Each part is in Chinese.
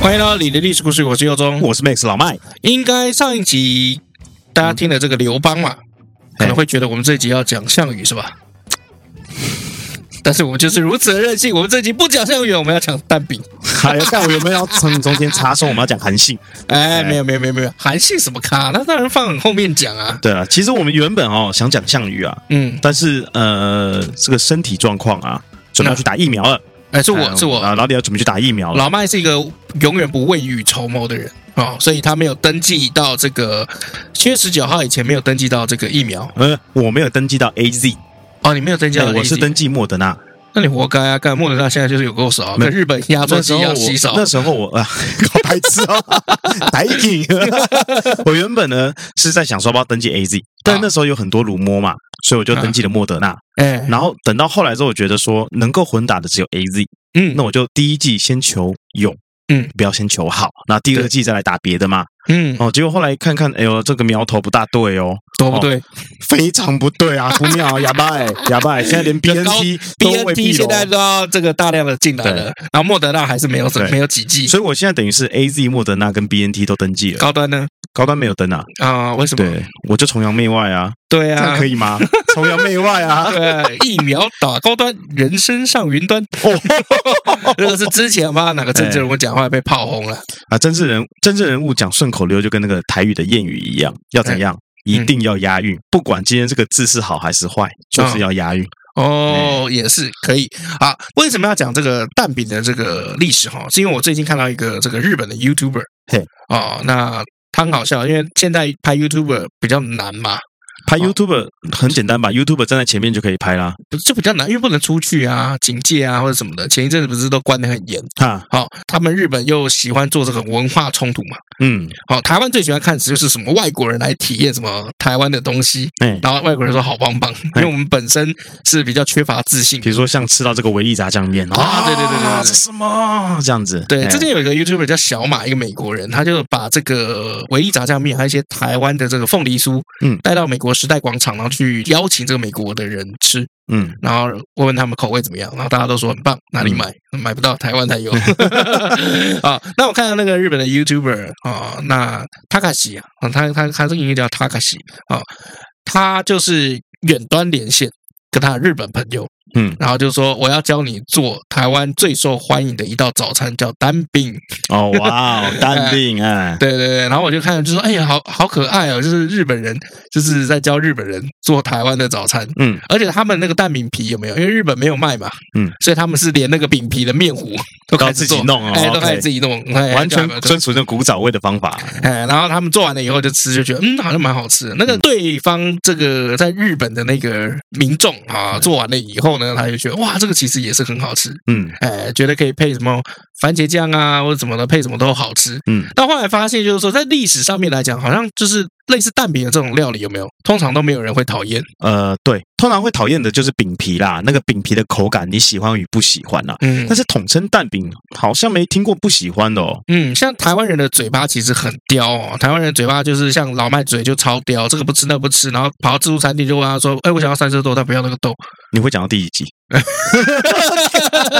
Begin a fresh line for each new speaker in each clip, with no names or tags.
欢迎来到你的历史故事，我是佑中。
我是 Max 老 麦，
应该上一集大家听了这个刘邦嘛，
嗯
可能会觉得我们这集要讲项羽是吧？但是我们就是如此的任性，我们这集不讲项羽，我们要讲蛋饼。
还有看哎我有没有要从中间插说我们要讲韩信？
哎，
哎
没有没有没有没有，韩信什么咖？那当然放很后面讲啊。
对啊，其实我们原本哦想讲项羽啊，
嗯，
但是呃这个身体状况啊，准备要去打疫苗了。
哎，是
哎
我是我，
啊，老李要准备去打疫苗了。
老麦是一个永远不未雨绸缪的人哦，所以他没有登记到这个七月十九号以前没有登记到这个疫苗
呃，我没有登记到 A Z，哎
哦，你没有登记到 AZ，
我是登记莫德纳。
那你活该啊！干莫德纳现在就是有够少，
没
跟日本压缩
那
机
时
一
候
样
我
稀少。
那时候我 啊，好白痴哦， 白影。 我原本呢是在想说要不要登记 A Z，但那时候有很多乳摸嘛，所以我就登记了莫德纳。
哎，
然后等到后来之后，我觉得说能够混打的只有 A Z，
嗯
那我就第一季先求勇，
嗯，
不要先求好，那第二季再来打别的嘛。
嗯，
哦，结果后来看看，哎呦，这个苗头不大对哦，
多不对
非常不对啊，不妙，哑巴 哎，哑巴哎，现在连
这高
BNT 都未必哦
，BNT 现
咯
在都要这个大量的进来了，然后莫德纳还是没有
对
没有几剂。
所以我现在等于是 A Z 莫德纳跟 B N T 都登记了，
高端呢？
高端没有登啊，
啊，为什么？
对，我就崇洋媚外啊，
对
这样
啊
可，以吗？ 崇洋媚外 啊，
对，疫苗打高端，人生上云端。
哦
这个是之前吧，哪个政治人物讲话被炮轰了？
啊，政治人政治人物讲顺口溜就跟那个台语的谚语一样，要怎样？一定要押韵，不管今天这个字是好还是坏，就是要押韵。哎
哦，也是可以啊。为什么要讲这个蛋饼的这个历史哈？是因为我最近看到一个这个日本的 YouTuber，
嘿，
哦，那他很好笑，因为现在拍 YouTuber 比较难嘛，
拍 YouTube 很简单吧？YouTube 站在前面就可以拍啦。
不就比较难，因为不能出去啊，警戒啊或者什么的。前一阵子不是都关得很严，
哈，
好、他们日本又喜欢做这个文化冲突嘛，
嗯，
好、台湾最喜欢看就是什么外国人来体验什么台湾的东西，
哎，
然后外国人说好棒棒，因为我们本身是比较缺乏自信
比。如说像吃到这个维力炸酱面
啊对对对对对
这什么这样子？
对，
哎
之前有一个 YouTuber 叫小马，一个美国人，他就把这个呃唯一炸酱面还有一些台湾的这个凤梨酥，
嗯
带到美国时代广场，然后去邀请这个美国的人吃，
嗯，
然后问问他们口味怎么样，然后大家都说很棒，哪里买？买不到，台湾才有。 啊，那我看到那个日本的 YouTuber 啊，那 Takashi 啊，他他他这个音乐叫 Takashi 啊，他就是远端连线跟他的日本朋友，
嗯，
然后就说我要教你做台湾最受欢迎的一道早餐，叫蛋饼。
哦哇， 哦，淡定哎，
对对对，然后我就看就说，哎呀，好好可爱哦，就是日本人就是在教日本人做台湾的早餐。
嗯，
而且他们那个蛋饼皮有没有？因为日本没有卖嘛，
嗯，
所以他们是连那个饼皮的面糊都开
都
始
自
做
己，弄哦
哎，都开始
OK，
自己弄，哎
完全
就
遵循那古早味的方法。
哎，然后他们做完了以后就吃，就觉得嗯，好像蛮好吃的。那个对方这个在日本的那个民众啊，做完了以后呢，他就觉得哇，这个其实也是很好吃，
嗯
哎，觉得可以配什么番茄酱啊，或者什么的，配什么都好吃。
嗯，
但后来发现，就是说，在历史上面来讲，好像就是类似蛋饼的这种料理，有没有？通常都没有人会讨厌。
呃，对，通常会讨厌的就是饼皮啦，那个饼皮的口感你喜欢与不喜欢啦。
嗯
但是统称蛋饼好像没听过不喜欢的哦。
嗯，像台湾人的嘴巴其实很刁哦，台湾人嘴巴就是像老麦嘴就超刁，这个不吃那个不吃，然后跑到自助餐厅就问他说：“哎，我想要三色豆，但不要那个豆。
你会讲到第几集？”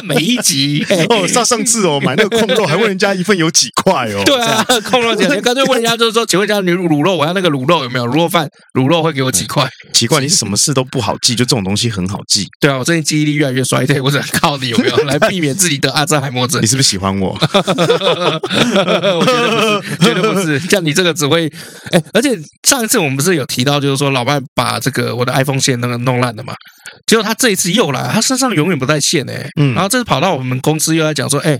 每一集。
哦，上上次哦，买那个控肉还问人家一份有几块哦。
对啊，空肉姐姐干脆问人家，就是说，请问一下，你卤肉，我要那个卤肉有没有？卤肉饭，卤肉会给我几块？
奇怪，你什么事都不好记，就这种东西很好记。
对啊，我最近记忆力越来越衰退，我只能靠你有没有来避免自己得阿兹海默症
你。是不是喜欢我？
我觉得不是，绝对不是。像你这个只会，哎，而且上一次我们不是有提到，就是说老麦把这个我的 iPhone 线那个弄烂了嘛，结果他这一次又来，他身上永远不带线哎、
嗯
然后这次跑到我们公司又在讲说，哎。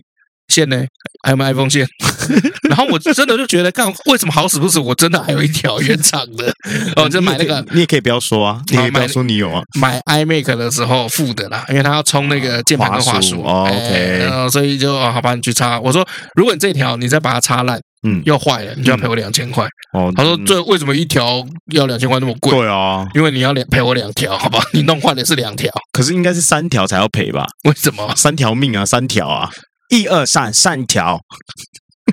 线呢？还有没有 iPhone 线？ 然后我真的就觉得，干为什么好死不死，我真的还有一条原厂的，哦，就买那个
你也可以不要说啊，你也可以不
买
要说你有啊。
买 iMac 的时候付的啦，因为他要充那个键盘跟滑鼠
滑鼠哦
哎
OK
然后所以就哦好吧，你去插。我说如果你这条你再把它插烂
嗯，
又坏了，你就要赔我两千块。
哦，
他说
嗯
这为什么一条要两千块那么贵？
对啊，
因为你要两赔我两条，好吧？你弄坏的是两条，
可是应该是三条才要赔吧？
为什么？
三条命啊，三条啊，一二三，三条。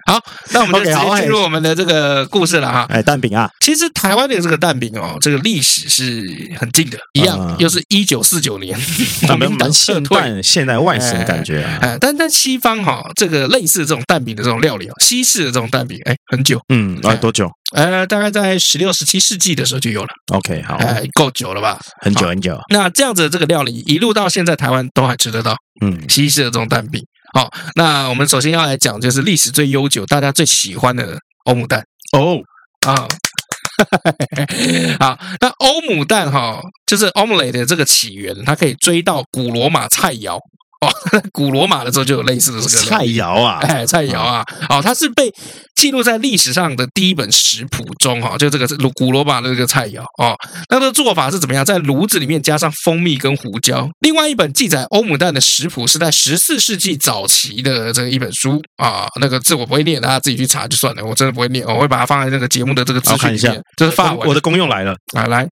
好，那我们就
OK，
直
好
接进入我们的这个故事了哈。
哎，蛋饼啊，
其实台湾的这个蛋饼哦，这个历史是很近的，一样
啊
又是一九四九 年，国
咱们
民党
蛮
撤
现
退。
代啊现代外省的感觉啊。
哎，但但西方哈、这个类似这种蛋饼的这种料理哦，西式的这种蛋饼，哎，很久，
嗯，啊，多久
呃，大概在十六、十七世纪的时候就有了，
？OK，好，
哎，够久了吧？
很久很久。
那这样子的这个料理，一路到现在台湾都还吃得到
嗯，
西式的这种蛋饼。好、那我们首先要来讲，就是历史最悠久、大家最喜欢的欧姆蛋
哦，
啊。 好，那欧姆蛋哈、就是 omelette 的这个起源，它可以追到古罗马菜肴哦。古罗马的时候就有类似的这个料理
菜肴啊，
哎，菜肴啊，哦，它是被记录在历史上的第一本食谱中哈、哦，就这个是古罗马的这个菜肴哦。那它的做法是怎么样？在炉子里面加上蜂蜜跟胡椒。另外一本记载欧姆蛋的食谱是在十四世纪早期的这一本书啊，那个字我不会念，大家自己去查就算了，我真的不会念，我会把它放在那个节目的这个资
我
讯
看一
里
下
面，就是法文
我的功用来了，
啊，来，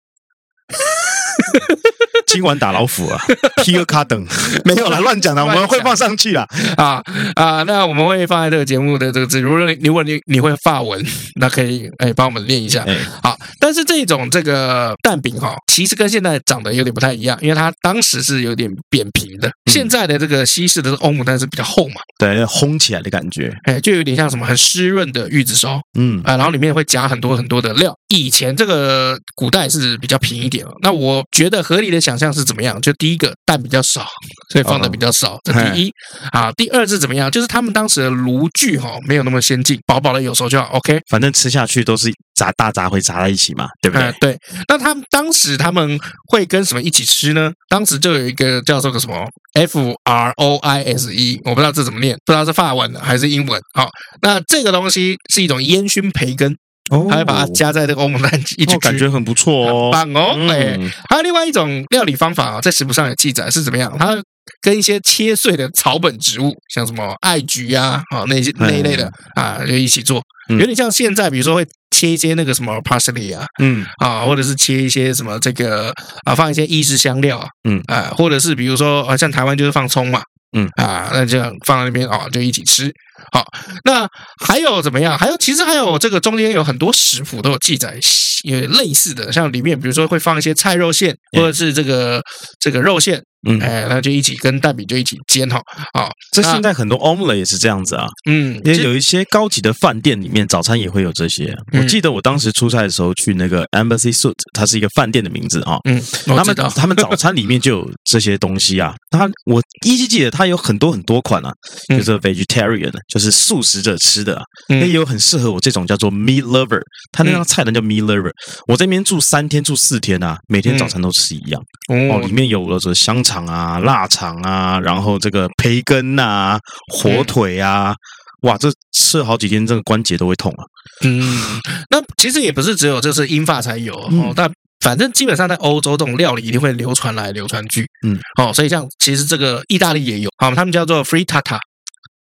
今晚打老虎啊，皮尔卡等， 没有啦，乱讲的，我们会放上去啦。
啊啊，那我们会放在这个节目的这个字。如果你如果你你会法文，那可以哎帮我们练一下
哎。
好，但是这种这个蛋饼哈、其实跟现在长得有点不太一样，因为它当时是有点扁平的。现在的这个西式的欧姆蛋是比较厚嘛，
对，烘起来的感觉，
哎，就有点像什么很湿润的玉子烧啊、
嗯，
然后里面会夹很多很多的料。以前这个古代是比较平一点哦，那
嗯
我觉得合理的想象是怎么样？就第一个蛋比较少，所以放的
哦
比较少，这第一啊。第二是怎么样？就是他们当时的炉具哈、没有那么先进，薄薄的有时候就好 OK。
反正吃下去都是杂大杂烩杂在一起嘛，对不
嗯，
对？
对。那他们当时他们会跟什么一起吃呢？当时就有一个叫做个什么 F R O I S E，我不知道这怎么念，不知道是法文的还是英文。好、那这个东西是一种烟熏培根，
哦
还会把它加在这个欧姆蛋 一起
一起
吃，
感觉很不错哦
很。棒哦。哎、
嗯，
还有另外一种料理方法啊、在食谱上有记载是怎么样？它跟一些切碎的草本植物，像什么艾菊啊，啊、那些那一类的啊，就一起做，
嗯
有点像现在，比如说会切一些那个什么 parsley 啊，
嗯，
啊，或者是切一些什么这个啊，放一些意式香料啊，
嗯
啊，或者是比如说啊，像台湾就是放葱嘛，
嗯
啊，那这样放在那边哦，就一起吃。好，那还有怎么样？还有其实还有这个中间有很多食谱都有记载，也类似的，像里面比如说会放一些菜肉馅，或者是这个这个肉馅，
嗯
哎，那就一起跟蛋饼就一起煎哈。好，
这
那
现在很多 omelet 也是这样子啊，
嗯，
因为
其实
有一些高级的饭店里面早餐也会有这些。
嗯
我记得我当时出差的时候去那个 Embassy Suite，它是一个饭店的名字啊、
嗯，我
他
知
们
道，
他们早餐里面就有这些东西啊，它我依稀记得它有很多很多款啊，
嗯
就是 vegetarian 的，就是素食者吃的、啊，
嗯
那也有很适合我这种叫做 meat lover，它那张菜单叫 meat lover。我这边住三天住四天啊，每天早餐都吃一样哦，
嗯哦
里，面有了这香肠啊、腊肠啊，然后这个培根啊、
嗯
火腿啊，哇，这吃了好几天，这个关节都会痛啊。
嗯，那其实也不是只有就是英法才有哦，
嗯
但反正基本上在欧洲这种料理一定会流传来流传去，
嗯，
哦，所以像其实这个意大利也有，好，他们叫做 frittata，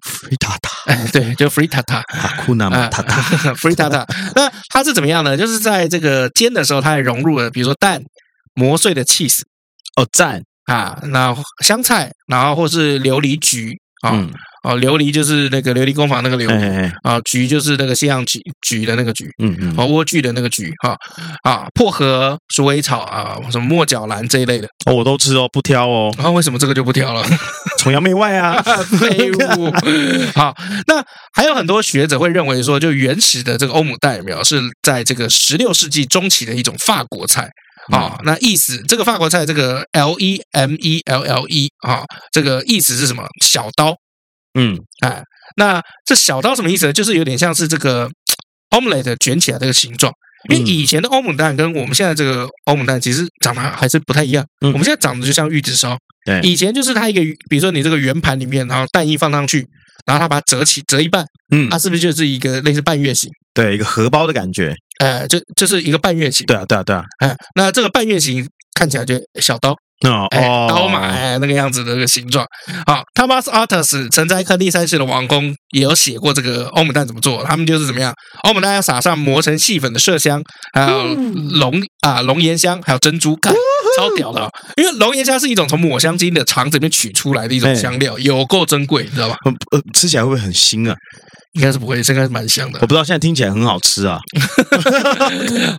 frittata
哎， 对，就 frittata。
啊，
嗯
库纳马塔塔，
frittata，那它是怎么样呢？就是在这个煎的时候，它还融入了比如说蛋、磨碎的 cheese
哦赞，
啊，那香菜，然后或是琉璃菊啊，
嗯，
哦，琉璃就是那个琉璃工坊那个琉
哎
璃
哎，哎
啊，菊就是那个西洋菊菊的那个菊，
嗯嗯，
哦，莴苣的那个苣哈啊，薄荷、鼠尾草啊，什么墨角兰这一类的。
哦我都吃哦，不挑 哦，
然、后为什么这个就不挑了？
崇洋媚外啊。
废物。好，那还有很多学者会认为说，就原始的这个欧姆蛋有没有是在这个十六世纪中期的一种法国菜。啊、那意思这个法国菜这个 L E M E L L E 啊、这个意思是什么？小刀
嗯，
哎，那这小刀什么意思呢？就是有点像是这个 omelette 卷起来这个形状。因为
嗯
以前的欧姆蛋跟我们现在这个欧姆蛋其实长得还是不太一样，
嗯
我们现在长得就像玉子烧。
对
以前就是它一个，比如说你这个圆盘里面，然后蛋液放上去，然后它把它折起折一半，
嗯
它是不是就是一个类似半月形？
对，一个荷包的感觉。
呃，就就是一个半月形。
对啊，对啊，对啊。
哎，那这个半月形看起来就小刀，
那
哎，
哦，
刀嘛，哎，那个样子的那个形状。好，Thomas Artus 曾在克利三世的王宫也有写过这个欧姆蛋怎么做，他们就是怎么样，欧姆蛋
嗯
要撒上磨成细粉的麝香，还有龙啊龙涎香，还有珍珠，干超屌的啊、因为龙眼虾是一种从抹香鲸的肠子里面取出来的一种香料，有够珍贵，你知道吧？
很呃，吃起来会不会很腥啊？
应该是不会，这应该是蛮香的
我不知道，现在听起来很好吃啊。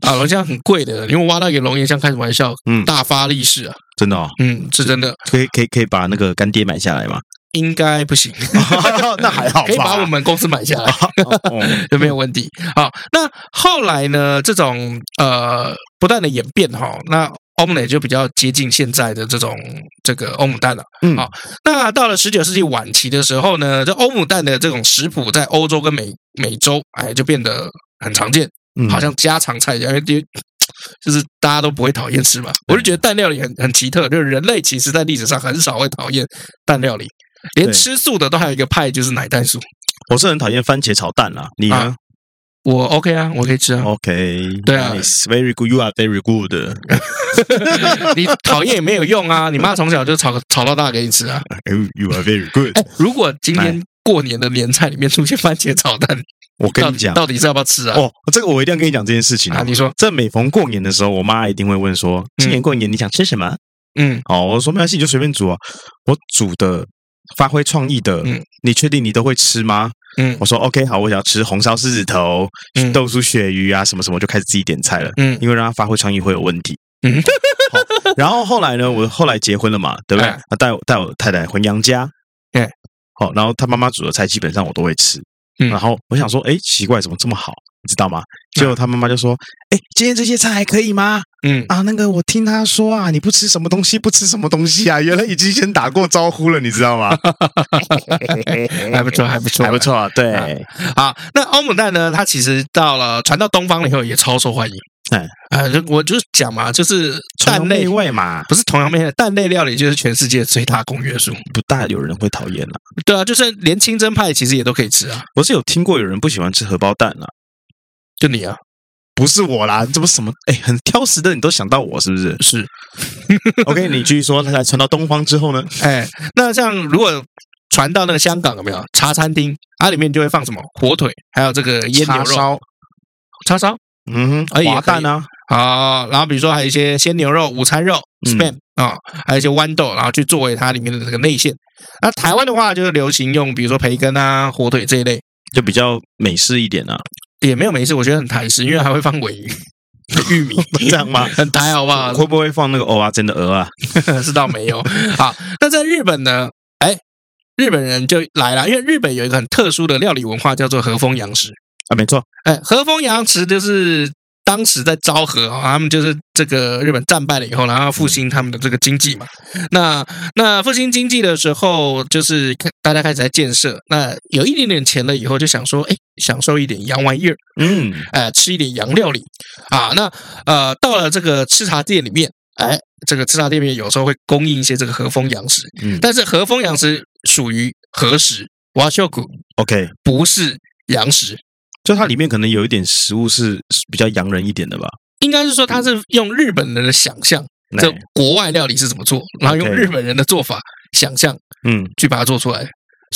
啊。龙虾很贵的，因为我挖到一个龙眼虾开什么玩笑，
嗯，
大发利市啊，
真的哦，
嗯，是真的，
可以可以可以把那个干爹买下来 吗？
应该不行，
那还好吧，
可以把我们公司买下来。
哦
有没有问题？好，那后来呢？这种呃不断的演变哈，那 omelet 就比较接近现在的这种这个欧姆蛋了。
嗯
好，那到了十九世纪晚期的时候呢，这欧姆蛋的这种食谱在欧洲跟美美洲，哎，就变得很常见，
嗯
好像家常菜一样，因为就就是大家都不会讨厌吃嘛。我就觉得蛋料理很很奇特，就是人类其实在历史上很少会讨厌蛋料理，连
对
吃素的都还有一个派，就是奶蛋素。
我是很讨厌番茄炒蛋啦，你呢
啊我 OK 啊，我可以吃啊。
？OK，
对啊
nice,，very good，you are very good。
你讨厌也没有用啊！你妈从小就炒炒到大给你吃啊！
You are very good
哎。， 如果今天过年的年菜里面出现番茄炒蛋，
我
到
跟你
底
讲，
到底是要不要吃啊？
哦，这个我一定要跟你讲这件事情
啊，
啊。
你嗯说，
这每逢过年的时候，我妈一定会问说：“今年过年你想吃什么
嗯，？”
哦，我说没关系，你就随便煮啊。我煮的发挥创意的
嗯，
你确定你都会吃吗？
嗯
我说 OK，好，我想要吃红烧狮子头
嗯、
豆酥鳕鱼啊，什么什么，我就开始自己点菜了。
嗯
因为让他发挥创意会有问题。
嗯
好，然后后来呢，我后来结婚了嘛，对不对
哎？
那带我带我太太回娘家，
哎，
好，然后她妈妈煮的菜基本上我都会吃，
嗯
然后我想说，哎，奇怪，怎么这么好，你知道吗？结果她妈妈就说，哎，今天这些菜还可以吗？
嗯，
啊，那个我听她说啊，你不吃什么东西，不吃什么东西 啊，原来已经先打过招呼了，你知道吗？
还不错，哎还不错，
还不错啊，对，
哎啊。那欧姆蛋呢？它其实到了传到东方了以后，也超受欢迎。
哎，
啊，就我就讲嘛，就是
崇
蛋
洋
类
媚外嘛，
不是同样面的蛋类料理，就是全世界最大公约数。
不大有人会讨厌了。
对啊，就是连清真派其实也都可以吃啊。
我是有听过有人不喜欢吃荷包蛋啊。
就你啊，
不是我啦，你怎么什么？哎，很挑食的，你都想到我是不是
是
？OK，你继续说。那才传到东方之后呢？
哎，那像如果传到那个香港有没有茶餐厅？啊它里面就会放什么火腿，还有这个腌牛
叉
肉、
烧，
叉烧
嗯
哎
哼，
也可以
滑蛋啊，
啊，然后比如说还有一些鲜牛肉、午餐肉、
嗯
spam 啊、还有一些豌豆，然后去作为它里面的这个内馅。那台湾的话，就是流行用比如说培根啊、火腿这一类，
就比较美式一点啊，
也没有没事，我觉得很台式，因为还会放尾鱼、 玉米，？
这样吗
很台好不好？
会不会放那个蚵啊真的鹅啊？
是倒没有。好，那在日本呢？哎，日本人就来了，因为日本有一个很特殊的料理文化，叫做和风洋食。
啊，没错，
哎，和风洋池就是当时在昭和啊，他们就是这个日本战败了以后，然后复兴他们的这个经济嘛。那那复兴经济的时候，就是开大家开始在建设，那有一点点钱了以后，就想说，哎，享受一点洋玩意儿，
嗯，
哎，吃一点洋料理啊。那呃，到了这个吃茶店里面，哎，这个吃茶店里面有时候会供应一些这个和风洋食，
嗯
但是和风洋食属于和食，瓦秀谷
OK，
不是洋食。
就它里面可能有一点食物是是比较洋人一点的吧？
应该是说他是用日本人的想象，这
哎
国外料理是怎么做，然后用
OK
日本人的做法想象
嗯，
去把它做出来。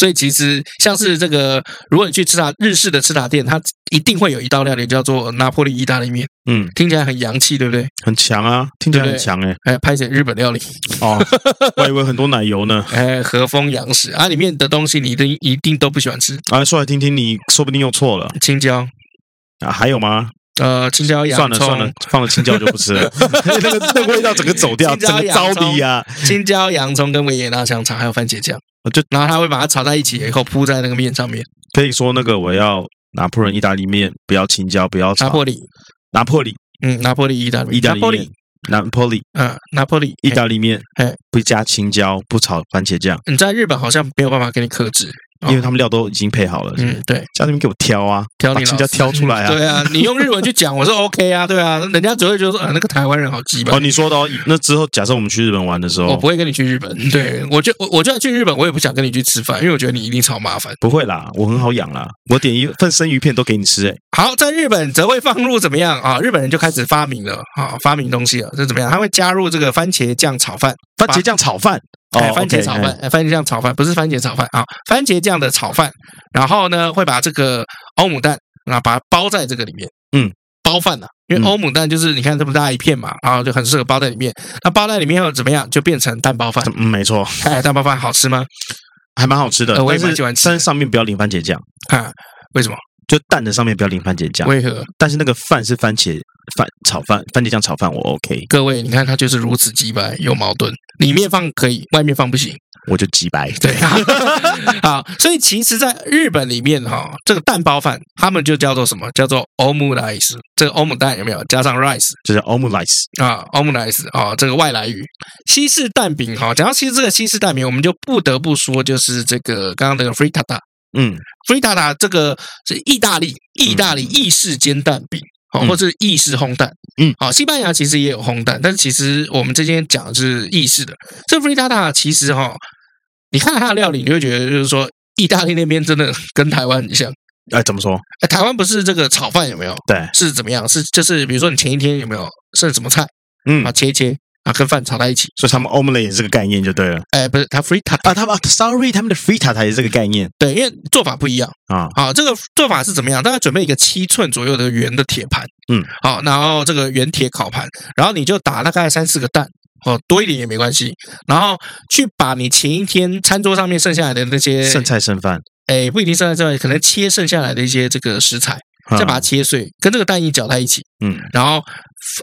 所以其实像是这个，如果你去吃茶日式的吃茶店，它一定会有一道料理叫做拿破里意大利面，
嗯，
听起来很洋气，对不对？
很强啊，听起来
对
很强哎、
哎，拍写日本料理，
哦，我以为很多奶油呢。
哎，和风洋食啊，里面的东西你一定一定都不喜欢吃，
啊，说来听听，你说不定又错了
青椒，
啊？还有吗？
呃，青椒洋
算了
葱，
算了，放了青椒就不 吃了，那个那个味道整个走掉，
青椒
整个糟啊的呀！
青椒洋葱跟维也纳香肠还有番茄酱，
我哦就
然后他会把它炒在一起以后铺在那个面上面，
可以说那个我要拿破仑意大利面，不要青椒，不要
拿
炒
破里，
拿破里
嗯，拿破里意大利面，
哦意大
拿
利
破
面
里，，
拿破里
嗯，拿破里
意大利面
哎，
不加青椒，不炒番茄酱，
你在日本好像没有办法给你克制，哦
因为他们料都已经配好了。
嗯，对，
叫你们给我挑啊，
挑
把
你
青
老
椒
师
挑 出来啊！
对啊，你用日文去讲，我是 OK 啊，对啊，人家只会觉得说，啊，那个台湾人好鸡巴
哦，。你说的哦。那之后，假设我们去日本玩的时
我
候
哦不，会跟你去日本，对我就我我就算去日本，我也不想跟你去吃饭，因为我觉得你一定超麻烦。
不会啦，我很好养啦，我点一份生鱼片都给你吃。哎，
好，在日本则会放入怎么样啊？日本人就开始发明了啊，发明东西了，这怎么样？他会加入这个番茄酱炒饭，
番茄酱炒饭，
哎，
哦
番茄
OK，
炒饭
哎，
哎，番茄酱炒饭不是番茄炒饭啊，番茄酱的啊炒饭。然后呢，会把这个欧姆蛋，然后把它包在这个里面，
嗯，
包饭呐、因为欧姆蛋就是你看这么大一片嘛，然后就很适合包在里面。那包在里面又怎么样？就变成蛋包饭。
嗯，没错，
哎，蛋包饭好吃吗？
还蛮好吃的。
呃我也
但是
蛮喜欢吃的
但是上面不要淋番茄酱，
啊，为什么？
就蛋的上面不要淋番茄酱。
为何？
但是那个饭是番茄饭炒饭，番茄酱炒饭我 OK，
各位，你看它就是如此鸡掰有矛盾，里面放可以，外面放不行。
我就几白。
对啊，啊，所以其实，在日本里面哈、这个蛋包饭他们就叫做什么？叫做 omulice。这个 omu 蛋有没有加上 rice
就是 omelette，
啊？omulice 啊，这个外来语。西式蛋饼哈、讲到西式这个西式蛋饼，我们就不得不说，就是这个刚刚这个 frittata。
嗯，
frittata 这个是意大利，意大利意式煎蛋饼。哦，
嗯
或者是意式烘蛋，
嗯，
好，西班牙其实也有烘蛋，但是其实我们这边讲的是意式的。这 frittata 其实哈、你看它的料理，你会觉得就是说，意大利那边真的跟台湾很像。
哎，怎么说？
哎台湾不是这个炒饭有没有？
对，
是怎么样？是就是比如说你前一天有没有剩什么菜
嗯
啊，，切一切啊，跟饭炒在一起。
所以他们 omelette 也是这个概念就对了
哎，不是，它 frittata
啊。他们啊 sorry，他们的 frita 它也是这个概念
对，因为做法不一样。
啊。
啊，这个做法是怎么样？大概准备一个七寸左右的圆的铁盘，
嗯，
好，然后这个圆铁烤盘，然后你就打大概三四个蛋，哦，多一点也没关系，然后去把你前一天餐桌上面剩下来的那些
剩，菜剩饭，
哎，不一定剩菜之外，可能切剩下来的一些这个食材，
啊
再把它切碎，跟这个蛋液搅在一起，
嗯
然后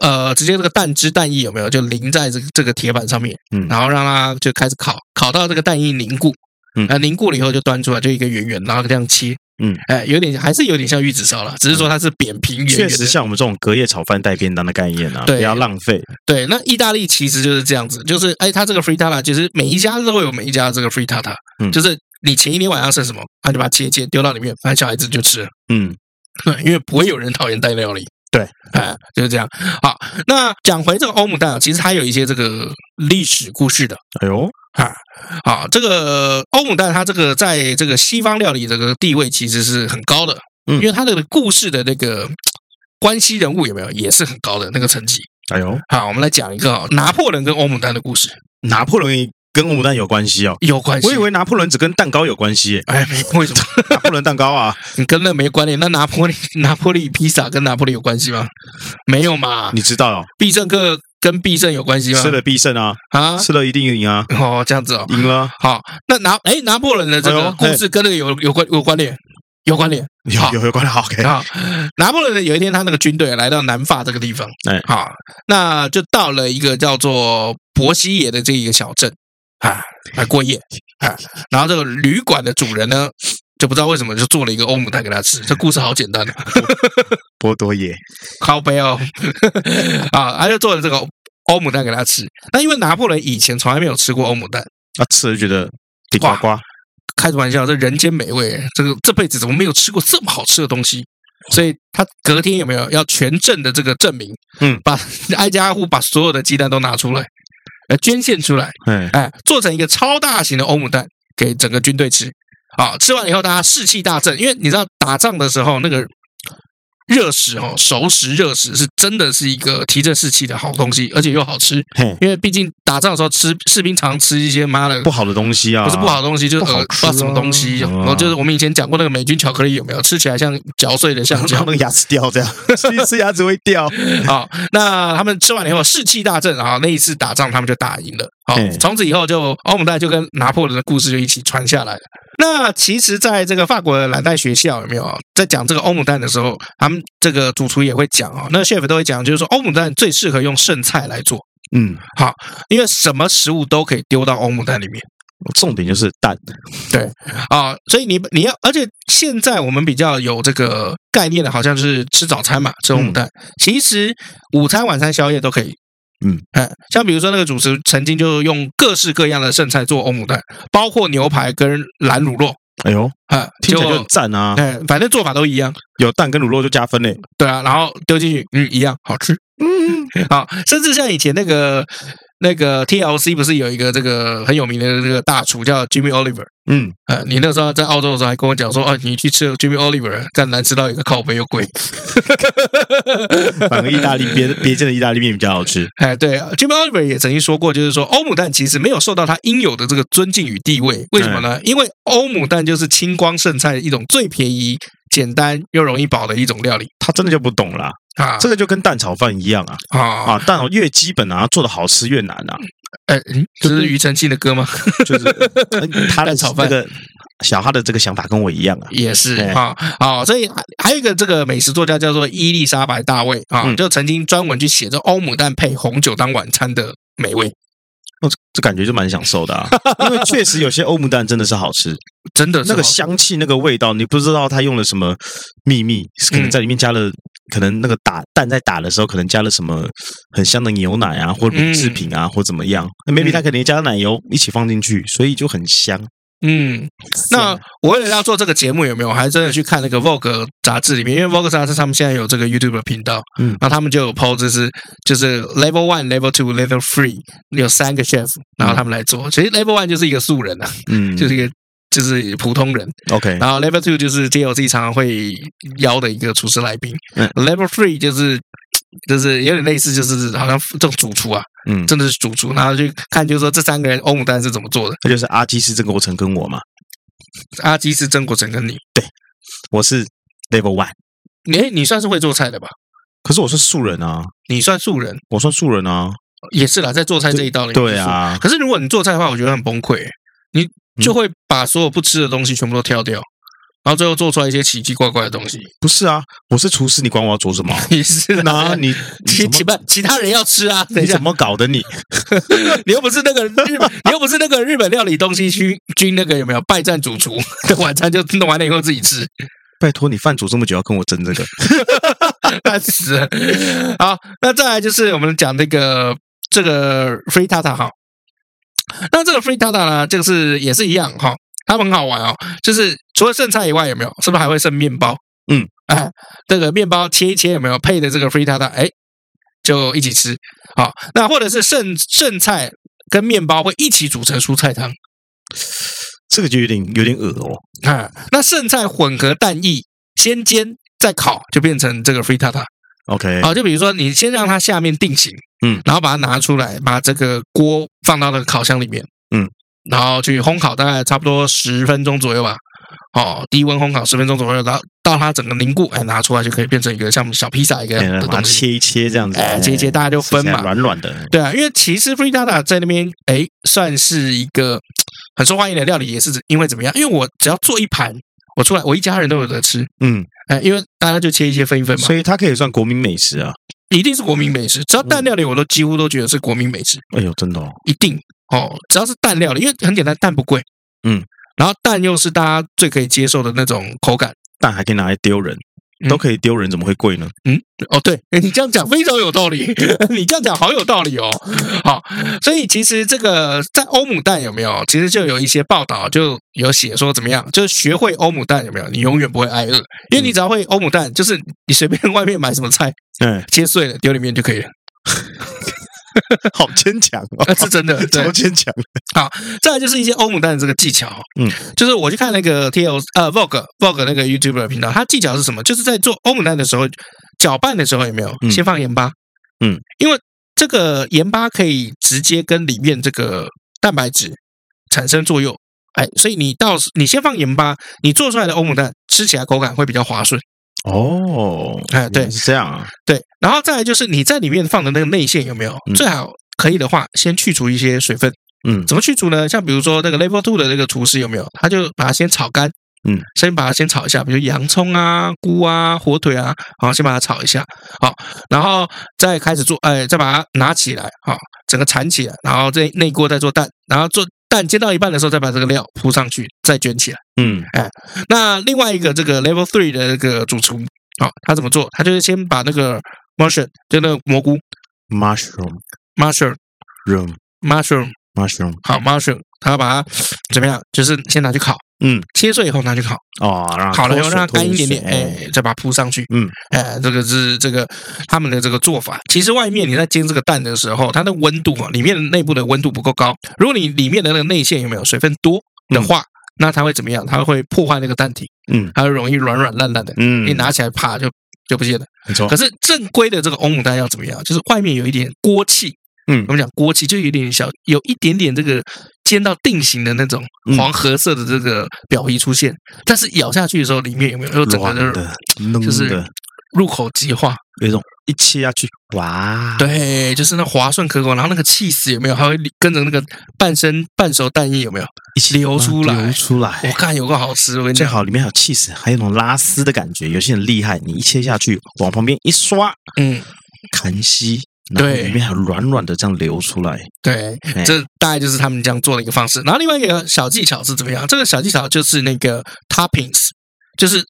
呃，直接这个蛋汁蛋液有没有就淋在这个这个铁板上面，
嗯
然后让它就开始烤，烤到这个蛋液凝固，
嗯
那凝固了以后就端出来，就一个圆圆，然后这样切，
嗯，
哎，有点还是有点像玉子烧了，只是说它是扁平圆圆
确
的，
实像我们这种隔夜炒饭带便当的概念啊，
对
不要浪费。
对，那意大利其实就是这样子，就是哎，它这个 frittata 其实每一家都会有每一家的这个 frittata，、
嗯
就是你前一天晚上剩什么，那就把它切一切丢到里面，反正小孩子就吃了。
嗯，
对，因为不会有人讨厌蛋料理。
对，
哎，就是这样。好，那讲回这个欧姆蛋啊，其实它有一些这个历史故事的
哎呦，
啊。好，这个欧姆蛋它这个在这个西方料理这个地位其实是很高的，
嗯
因为它的故事的那个嘖关系人物有没有也是很高的那个层级。
哎呦，
好，我们来讲一个哦拿破仑跟欧姆蛋的故事，
拿破仑跟欧姆蛋有关系哦。
有关系。，
我以为拿破仑只跟蛋糕有关系耶
哎，没为什么
拿破仑蛋糕啊，
你跟那没关联？那拿破利拿破利披萨跟拿破利有关系吗？没有嘛，
你知道哦，
必胜客跟必胜有关系吗？
吃了必胜啊，
啊，
吃了一定赢啊，
哦，这样子哦。
赢了啊
好，那拿哎拿破仑的这
哎
个
呦
故事跟那个有有关有关联，有关联
有
好
有有关的好 OK，
啊。拿破仑呢有一天他那个军队啊来到南法这个地方，
哎
好，那就到了一个叫做伯希耶的这一个小镇啊，来过夜啊。然后这个旅馆的主人呢，就不知道为什么就做了一个欧姆蛋给他吃。这故事好简单啊，
波多野，
靠背哦 啊，他就做了这个欧姆蛋给他吃。那因为拿破仑以前从来没有吃过欧姆蛋。
啊，吃了就觉得顶呱呱，
开着玩笑，这人间美味，这个这辈子怎么没有吃过这么好吃的东西？所以他隔天有没有要全镇的这个证明？
嗯
把挨家挨户把所有的鸡蛋都拿出来，呃，捐献出来，
哎，
哎，做成一个超大型的欧姆蛋给整个军队吃。啊，吃完以后大家士气大振，因为你知道打仗的时候那个热食哦，熟食热食是真的是一个提振士气的好东西，而且又好吃。
嘿，
因为毕竟打仗的时候吃士兵常吃一些妈的
不好的东西啊，
不是不好的东西，就是
不好
呃不知
吃
道
啊
什么东西。
嗯
然后就是我们以前讲过那个美军巧克力有没有？吃起来像嚼碎的 橡
然后
胶
那个牙齿掉这样，吃一吃牙齿会掉，
啊。那他们吃完了以后士气大振啊，那一次打仗他们就打赢了。好
嗯，
从此以后就哦欧姆蛋就跟拿破仑的故事就一起传下来了。那其实，在这个法国的蓝带学校有没有在讲这个欧姆蛋的时候，他们这个主厨也会讲哦，那个 chef 都会讲，就是说欧姆蛋最适合用剩菜来做，
嗯，
因为什么食物都可以丢到欧姆蛋里面。
重点就是蛋，
啊、所以你你要，而且现在我们比较有这个概念的，好像是吃早餐嘛，吃午蛋。其实午餐、晚餐、宵夜都可以。
嗯，
哎，像比如说那个主持曾经就用各式各样的剩菜做欧姆蛋，包括牛排跟蓝乳酪，
哎呦，
啊，
听起来就
就
很赞啊，
哎，反正做法都一样，
有蛋跟卤肉就加分嘞，
对啊，然后丢进去，嗯，一样好吃
嗯，
啊。甚至像以前那个那个 TLC 不是有一个这个很有名的这个大厨叫 Jimmy Oliver，
嗯，
呃，你那时候在澳洲的时候还跟我讲说，哦，你去吃了 Jimmy Oliver，但难吃到一个靠背又贵。
反而意大利 别别见的意大利面比较好吃，
哎，对啊，Jimmy Oliver 也曾经说过，就是说欧姆蛋其实没有受到他应有的这个尊敬与地位，为什么呢？因为欧姆蛋就是清光剩菜一种最便宜、简单又容易饱的一种料理
他真的就不懂啦，
啊
这个就跟蛋炒饭一样啊
啊，
啊，蛋炒越基本啊，做的好吃越难啊，
哎，这是庾澄庆的歌吗？
就是 呃他的
蛋炒饭
这个小哈的这个想法跟我一样啊，
也是
对
啊啊，所以还还有一个这个美食作家叫做伊丽莎白·大卫啊，
嗯
就曾经专门去写这欧姆蛋配红酒当晚餐的美味，
哦这这感觉就蛮享 受的啊，因为确实有些欧姆蛋真的是好吃，
真的是
那个
好
香气、那个味道，你不知道他用了什么秘密，可
嗯
能在里面加了，可能那个打蛋在打的时候，可能加了什么很香的牛奶啊，或
嗯
乳制品啊，或怎么样，maybe 他可能加了奶油一起放进去，所以就很香。
嗯，那我为了要做这个节目，有没有我还真的去看那个 Vogue 杂志里面？因为 Vogue 杂志他们现在有这个 YouTube 频道，
嗯
然后他们就有 PO 就是就是 Level One、Level Two、Level Three 有三个 chef，然后他们来做。其实 Level One 就是一个素人啊，
嗯，
就是一个就是普通人，
OK，
然后 Level Two 就是 JLC 常常会邀的一个厨师来宾、
嗯
l e v e l Three 就是。就是有点类似，就是好像这种主厨啊，
嗯，
真的是主厨，然后去看，就是说这三个人欧姆蛋是怎么做的。
这就是阿基是这个过程跟我嘛，
阿基是曾国成跟你，
我是 Level One，
你诶你算是会做菜的吧？
可是我是素人啊，
你算素人，
我算素人啊，
也是啦，在做菜这一道里。
对。啊，嗯
可是如果你做菜的话，我觉得很崩溃，欸你就会把所有不吃的东西全部都挑掉，然后最后做出来一些奇奇怪怪的东西。
不是啊，我是厨师，你管我要做什么？
也是
那
啦，
你
其
你
其
怎么
不其他人要吃啊？等
你
一下
怎，么搞的你？
你又不是那个日，你又不是那个日本料理东西区军那个有没有拜占主厨 的晚餐就弄完了以后自己吃。
拜托你饭煮这么久要跟我争这个？
烦死了。好，那再来就是我们讲这个这个 Free Tata 哈，那这个 Free Tata 呢，就是也是一样哈，他们很好玩哦，就是除了剩菜以外，有没有？是不是还会剩面包？
嗯，
哎，这个面包切一切有没有配的这个 Free Tata？哎，就一起吃。好，那或者是剩剩菜跟面包会一起煮成蔬菜汤
这个就有点有点恶哦。
啊。那剩菜混合蛋液，先煎再烤，就变成这个 Free Tata。
OK，
啊，就比如说你先让它下面定型，
嗯
然后把它拿出来，把这个锅放到那个烤箱里面，
嗯，
然后去烘烤，大概差不多十分钟左右吧。哦，低温烘烤十分钟左右，然后到它整个凝固，哎，拿出来就可以变成一个像小披萨一个
哎
样的
把它
啊东西。
切一切这样子，
哎，这些大家就分
吃起来
嘛。
软软的。
对啊，因为其实 Free Data 在那边，哎，算是一个很受欢迎的料理，也是因为怎么样？因为我只要做一盘，我出来，我一家人都有得吃。
嗯，
哎，因为大家就切一些分一分嘛。
所以它可以算国民美食啊。
一定是国民美食。只要蛋料理，我都几乎都觉得是国民美食，
哎呦，真的哦，
一定哦。只要是蛋料理，因为很简单，蛋不贵，
嗯，
然后蛋又是大家最可以接受的那种口感。
蛋还可以拿来丢人
嗯，
都可以丢人，怎么会贵呢？
哦，对，诶你这样讲非常有道理， 你这样讲好有道理哦。好，所以其实这个在欧姆蛋有没有？其实就有一些报道就有写说怎么样，就是学会欧姆蛋有没有？你永远不会挨饿，因为你只要会欧姆蛋，就是你随便外面买什么菜
哎，
切碎了丢里面就可以了，
好坚强
那
哦，
是真的。对
超，坚强。
再来就是一些欧姆蛋的这个技巧，
嗯，
就是我去看那个 T L 呃 Vogue Vogue 那个 YouTube 的频道，它技巧是什么？就是在做欧姆蛋的时候，搅拌的时候有没有
嗯
先放盐巴？
嗯，
因为这个盐巴可以直接跟里面这个蛋白质产生作用，哎，所以你到你先放盐巴，你做出来的欧姆蛋吃起来口感会比较滑顺，
哦，
哎对
原来是这样啊。
对。然后再来就是你在里面放的那个内馅有没有？
嗯
最好可以的话，先去除一些水分。
嗯
怎么去除呢？像比如说那个 Level Two 的那个厨师有没有？他就把它先炒干，
嗯，
先把它先炒一下，比如洋葱啊、菇啊、火腿啊，好，先把它炒一下，好，然后再开始做，哎，再把它拿起来，好，整个缠起来，然后这内锅再做蛋，然后做蛋煎到一半的时候，再把这个料铺上去，再卷起来。
嗯
那另外一个这个 Level Three 的那个主厨，好，他怎么做？他就是先把那个 mushroom，就那个蘑菇
，mushroom
mushroom
room
mushroom
mushroom，
好 mushroom，他要把它怎么样？就是先拿去烤，
嗯，
切碎以后拿去烤，
哦，让它
烤了以
脱
后
水
让它干一点点，
脱水
哎，再把它铺上去，
嗯，
哎，这个是这个他们的这个做法。其实外面你在煎这个蛋的时候，它的温度啊，里面的内部的温度不够高，如果你里面的那个内馅有没有水分多的话，那它会怎么样？它会破坏那个蛋体，
嗯
它会容易软软烂烂的，
嗯，哦
你拿起来啪就就不见了。
没错
可，是正规的这个欧姆蛋要怎么样？就是外面有一点锅气，
嗯
我们讲锅气就有点小，有一点点这个煎到定型的那种
嗯
黄褐色的这个表皮出现，但是咬下去的时候，里面有没有有整个
软
就是
的，弄啊
就是
的，
入口即化，
有一种一切下去，哇，
对，就是那滑顺可口，然后那个气死有没有？还会跟着那个半生半熟蛋液有没有？
一起
流出来
流出
我
来。
看有个好吃，我跟你
最
讲，
好里面还有 cheese，还有那种拉丝的感觉。有些人厉害，你一切下去，往旁边一刷，
嗯，
弹吸，然后
对
里面还软软的这样流出来。
对
哎，
这大概就是他们这样做的一个方式。然后另外一个小技巧是怎么样？这个小技巧就是那个 toppings，就是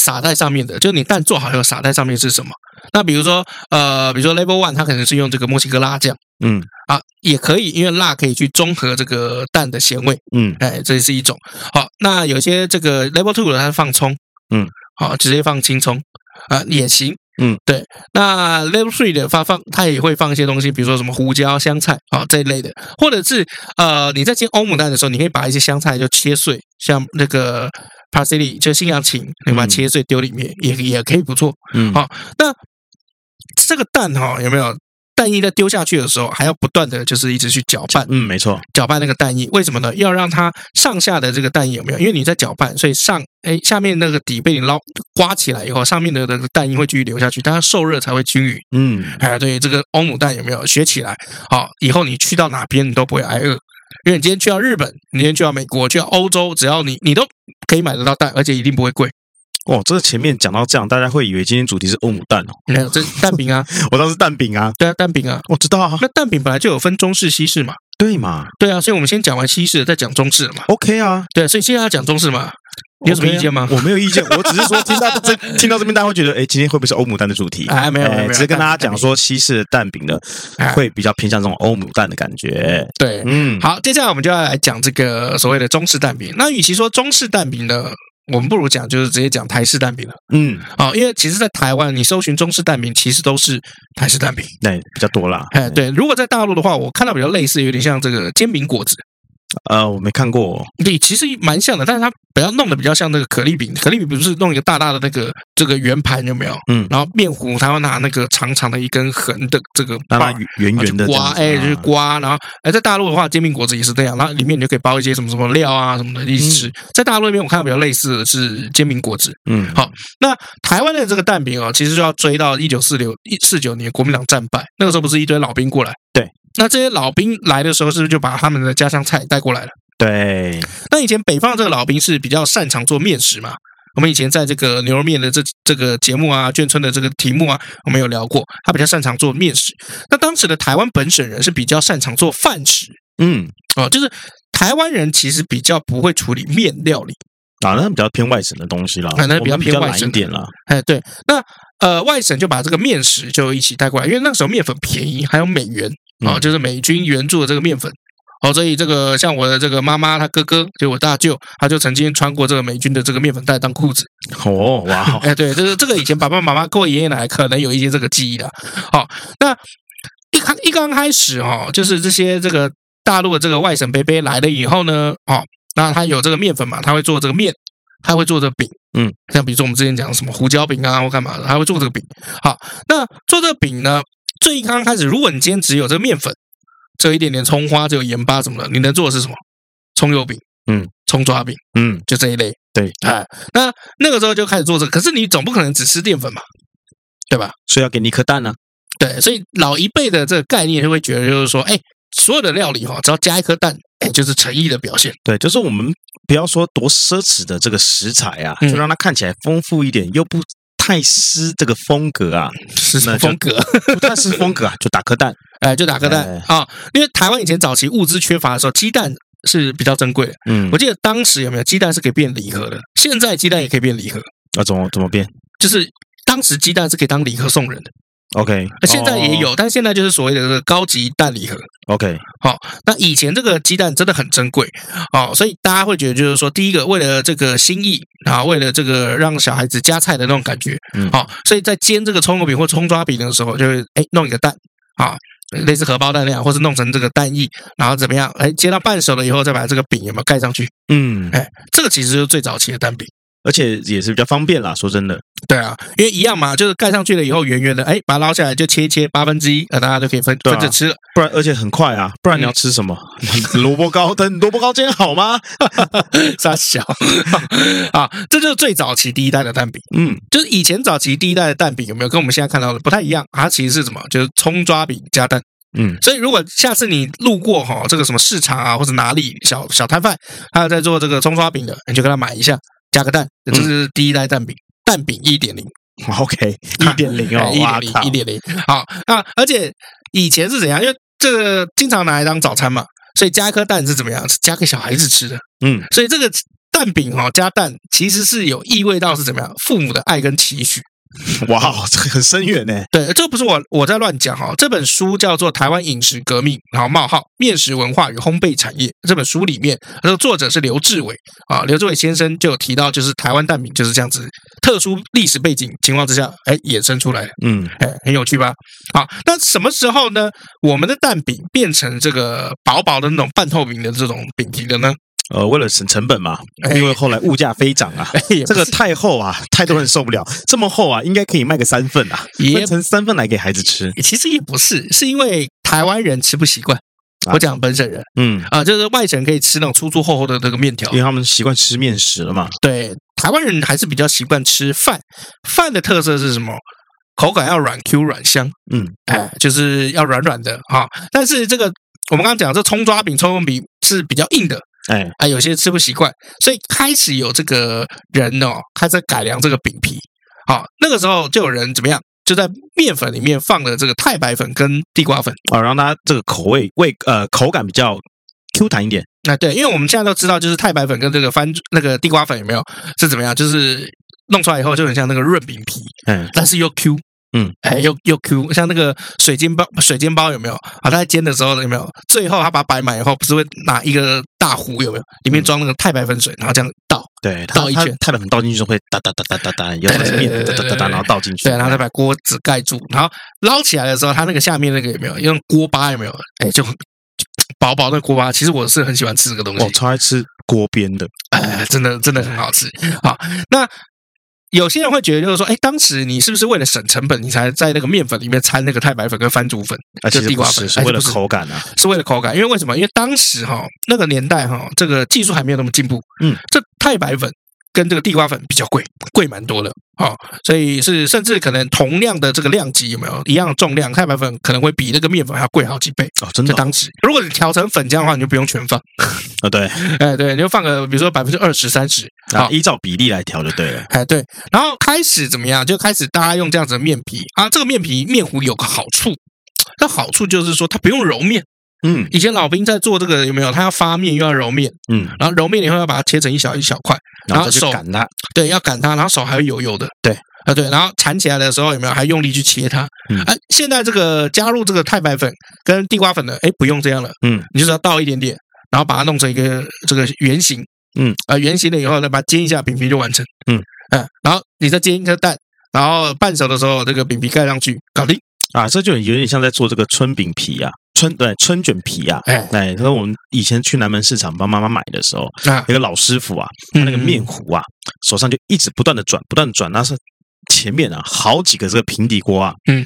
撒在上面的，就是你蛋做好以后撒在上面是什么？那比如说，呃，比如说 level one，它可能是用这个墨西哥辣酱
嗯
啊，也可以，因为辣可以去中和这个蛋的咸味。
嗯
哎，这是一种。好，那有些这个 level two 的它放葱，
嗯，
好，直接放青葱啊、也行，
嗯，
对。那 level three 的发放，它也会放一些东西，比如说什么胡椒、香菜啊、这一类的，或者是呃，你在煎欧姆蛋的时候，你可以把一些香菜就切碎，像那个 parsley 就新洋芹，你把它
嗯
切碎丢里面，也也可以不错。
嗯，
好那这个蛋哈、有没有？蛋液在丢下去的时候，还要不断的就是一直去搅拌，
嗯，没错，
搅拌那个蛋液，为什么呢？要让它上下的这个蛋液有没有？因为你在搅拌，所以上哎下面那个底被你捞刮起来以后，上面的那个蛋液会继续流下去，但它受热才会均匀。
嗯
哎，对，这个欧姆蛋有没有学起来？好、以后你去到哪边你都不会挨饿，因为你今天去到日本，你今天去到美国，去到欧洲，只要你你都可以买得到蛋，而且一定不会贵。
哦，这个前面讲到这样，大家会以为今天主题是欧姆蛋哦，
你看这蛋饼 啊，
我当时蛋饼啊，
对啊，蛋饼啊，
我知道啊，
那蛋饼本来就有分中式、西式嘛，
对嘛
对啊，所以我们先讲完西式的，再讲中式的嘛。
，OK 啊，
对、所以现在要讲中式嘛，你有什么
OK 啊
意见吗？
我没有意见，我只是说听到这 听到这边，大家会觉得，哎，今天会不会是欧姆蛋的主题？
哎没有没有
哎
没有
只是跟大家
蛋饼
讲说西式的蛋饼呢
哎，
会比较偏向这种欧姆蛋的感觉。
对，
嗯，
好，接下来我们就要来讲这个所谓的中式蛋饼。那与其说中式蛋饼呢，我们不如讲就是直接讲台式蛋饼了
嗯，
啊、哦，因为其实，在台湾你搜寻中式蛋饼，其实都是台式蛋饼。
那也比较多 啦。
哎，对，如果在大陆的话，我看到比较类似，有点像这个煎饼果子，
呃，我没看过，
对，其实蛮像的，但是它比较弄得比较像那个可丽饼。可丽饼不是弄一个大大的那个这个圆盘有没有？
嗯
然后面糊它会拿那个长长的一根横的这个
让它
棒
圆圆的
去
这
刮，
样子
哎，就是
啊
刮。然后，哎，在大陆的话，煎饼果子也是这样，然后里面你就可以包一些什么什么料啊什么的，一起吃。在大陆那边，我看到比较类似的是煎饼果子。
嗯，
好那台湾的这个蛋饼哦，其实就要追到一九四六一四九年国民党战败，那个时候不是一堆老兵过来？
对。
那这些老兵来的时候，是不是就把他们的家乡菜带过来了？
对，
那以前北方的这个老兵是比较擅长做面食嘛。我们以前在这个牛肉面的这这个节目啊，眷村的这个题目啊，我们有聊过，他比较擅长做面食。那当时的台湾本省人是比较擅长做饭食
嗯，
哦，就是台湾人其实比较不会处理面料理。
啊，那比较偏外省的东西啦，
啊那比较
我们比
偏
较
外
懒
省
一
的
点啦。
哎，对，那呃外省就把这个面食就一起带过来，因为那时候面粉便宜，还有美元啊、哦，
嗯
就是美军援助的这个面粉。哦，所以这个像我的这个妈妈，她哥哥，就我大舅，他就曾经穿过这个美军的这个面粉袋当裤子。
哦， 哇，
哎，对，这个这个以前爸爸妈妈各位爷爷奶奶可能有一些这个记忆的。好，那一开一刚开始哦，就是这些这个大陆的这个外省伯伯来了以后呢，哦，那他有这个面粉嘛，他会做这个面，他会做这个饼，
嗯，
像比如说我们之前讲什么胡椒饼啊或干嘛的，他会做这个饼。好，那做这个饼呢，最一刚开始，如果你今天只有这个面粉，只有一点点葱花，只有盐巴什么的，你能做的是什么？葱油饼，
嗯，
葱抓饼。
嗯，
就这一类。
对
哎，那那个时候就开始做这个，可是你总不可能只吃淀粉嘛，对吧？
所以要给你一颗蛋啊呢。
对，所以老一辈的这个概念就会觉得，就是说，哎，所有的料理哈、哦，只要加一颗蛋，哎，就是诚意的表现。
对，就是我们不要说多奢侈的这个食材啊，
嗯
就让它看起来丰富一点，又不太失这个风格啊，
是什么
那就
风格？
不太失风格啊，就打颗蛋。
哎，就打颗蛋啊、因为台湾以前早期物资缺乏的时候，鸡蛋是比较珍贵的。
嗯
我，记得当时有没有鸡蛋是可以变礼盒的？现在鸡蛋也可以变礼盒，
那啊怎么怎么变
就是当时鸡蛋是可以当礼盒送人的，
？OK，
呃现在也有，嗯但现在就是所谓的这个高级蛋礼盒。
哦。OK，
那以前这个鸡蛋真的很珍贵哦，所以大家会觉得就是说，第一个为了这个心意啊，为了这个让小孩子夹菜的那种感觉，
嗯
好、所以在煎这个葱油饼或葱抓饼的时候，就会哎弄一个蛋啊。类似荷包蛋那样，或是弄成这个蛋液，然后怎么样？哎，煎到半熟了以后，再把这个饼有没有盖上去？
嗯，
哎，这个其实就是最早期的蛋饼。
而且也是比较方便啦。说真的，
对啊，因为一样嘛，就是盖上去了以后，圆圆的，哎，把它捞下来就切一切八分之一，那大家就可以分
对啊
分着吃了。
不然而且很快啊，不然你
嗯
要吃什么？ 萝卜糕？等萝卜糕煎好吗？
傻小啊，这就是最早期第一代的蛋饼，
嗯，
就是以前早期第一代的蛋饼有没有跟我们现在看到的不太一样？它其实是什么？就是葱抓饼加蛋。
嗯，
所以如果下次你路过哈、这个什么市场啊，或者哪里小小摊贩，还有在做这个葱抓饼的，你就跟他买一下，加个蛋，这是第一代蛋饼，蛋饼一点零。
OK，一点零哦，
一
哇
点
靠
零，一点零。好，啊那而且以前是怎样？因为这个经常拿来当早餐嘛，所以加一颗蛋是怎么样？是加给小孩子吃的。
嗯，
所以这个蛋饼哦，加蛋其实是有意味到是怎么样？父母的爱跟期许。
哇，这个很深远呢。
对，这不是我我在乱讲哈、哦。这本书叫做《台湾饮食革命》，然后冒号面食文化与烘焙产业。这本书里面，这个作者是刘志伟啊，刘志伟先生就有提到，就是台湾蛋饼就是这样子特殊历史背景情况之下，哎，衍生出来的。
嗯，
哎，很有趣吧？好，那什么时候呢？我们的蛋饼变成这个薄薄的那种半透明的这种饼皮的呢？
呃，为了省成本嘛，
哎
因为后来物价飞涨啊，
哎，也不
这个
是
太厚 啊，太多人受不了。这么厚啊，应该可以卖个三份啊，
也
分成三份来给孩子吃。
其实也不是，是因为台湾人吃不习惯。
啊
我讲本省人
嗯，
啊、就是外省可以吃那种粗粗厚厚的那个面条
因，为他们习惯吃面食了嘛。
对，台湾人还是比较习惯吃饭。饭的特色是什么？口感要软 Q 软香，
嗯，
哎，就是要软软的哈、但是这个我们刚刚讲这葱抓饼、葱油饼是比较硬的，
哎，
啊，有些吃不习惯，所以开始有这个人哦，开始改良这个饼皮。好，那个时候就有人怎么样，就在面粉里面放了这个太白粉跟地瓜粉。
啊，让它这个口味味呃口感比较 Q 弹一点。
那对，因为我们现在都知道，就是太白粉跟这个番那个地瓜粉有没有是怎么样，就是弄出来以后就很像那个润饼皮，
嗯，
但是又 Q。
嗯，
哎，又又 Q，像那个水煎包，水煎包有没有啊？它在煎的时候有没有？最后它把它摆满以后，不是会拿一个大壶有没有？里面装那个太白粉水，
嗯
然后这样倒，
对，它
倒一
它
圈
太冷倒进去就会哒哒哒哒哒哒，有点面哒哒哒哒，然后倒进去。
对，然后再把锅子盖住，然后捞起来的时候，它那个下面那个有没有用锅巴有没有？哎，就很就薄薄的锅巴，其实我是很喜欢吃这个东
我
西，
超爱吃锅边的。
哎，真的真的很好吃。好，那有些人会觉得就是说，哎，当时你是不是为了省成本，你才在那个面粉里面掺那个太白粉跟番薯粉，
啊，
就
其实
地
不
瓜
是，
粉，
是
哎
为了
不是
口感啊。
是为了口感，因为为什么？因为当时哈、那个年代哈、这个技术还没有那么进步，
嗯，
这太白粉跟这个地瓜粉比较贵，贵蛮多的，哦，所以是甚至可能同样的这个量级有没有一样的重量，太白粉可能会比那个面粉还要贵好几倍。
哦，真
在
的哦
当时，如果你调成粉浆的话，你就不用全放，
啊，对，
哎，对，你就放个比如说百分之二十、三十，
啊
好，
依照比例来调就对了。
哎，对，然后开始怎么样？就开始大家用这样子的面皮啊，这个面皮面糊有个好处，那好处就是说它不用揉面。
嗯
以前老兵在做这个有没有？他要发面又要揉面，
嗯，
然后揉面以后要把它切成一小一小块，然
然后
后
再去
手
擀它。
对，要擀它，然后手还会油油的，
对
啊对，然后缠起来的时候有没有还用力去切它？
嗯
哎，现在这个加入这个太白粉跟地瓜粉的，哎，不用这样了，
嗯，
你就是要倒一点点，然后把它弄成一个这个圆形，
嗯，
啊、圆形了以后再把它煎一下，饼皮就完成，
嗯，
哎、然后你再煎一颗蛋，然后半熟的时候这个饼皮盖上去，搞定。
啊，这就有点像在做这个春饼皮啊，春对春卷皮啊。
哎，
哎，他说我们以前去南门市场帮妈妈买的时候，
啊，
有个老师傅啊，
那
那个面糊啊，手上就一直不断的转，不断地转，那是前面啊好几个这个平底锅啊，
嗯，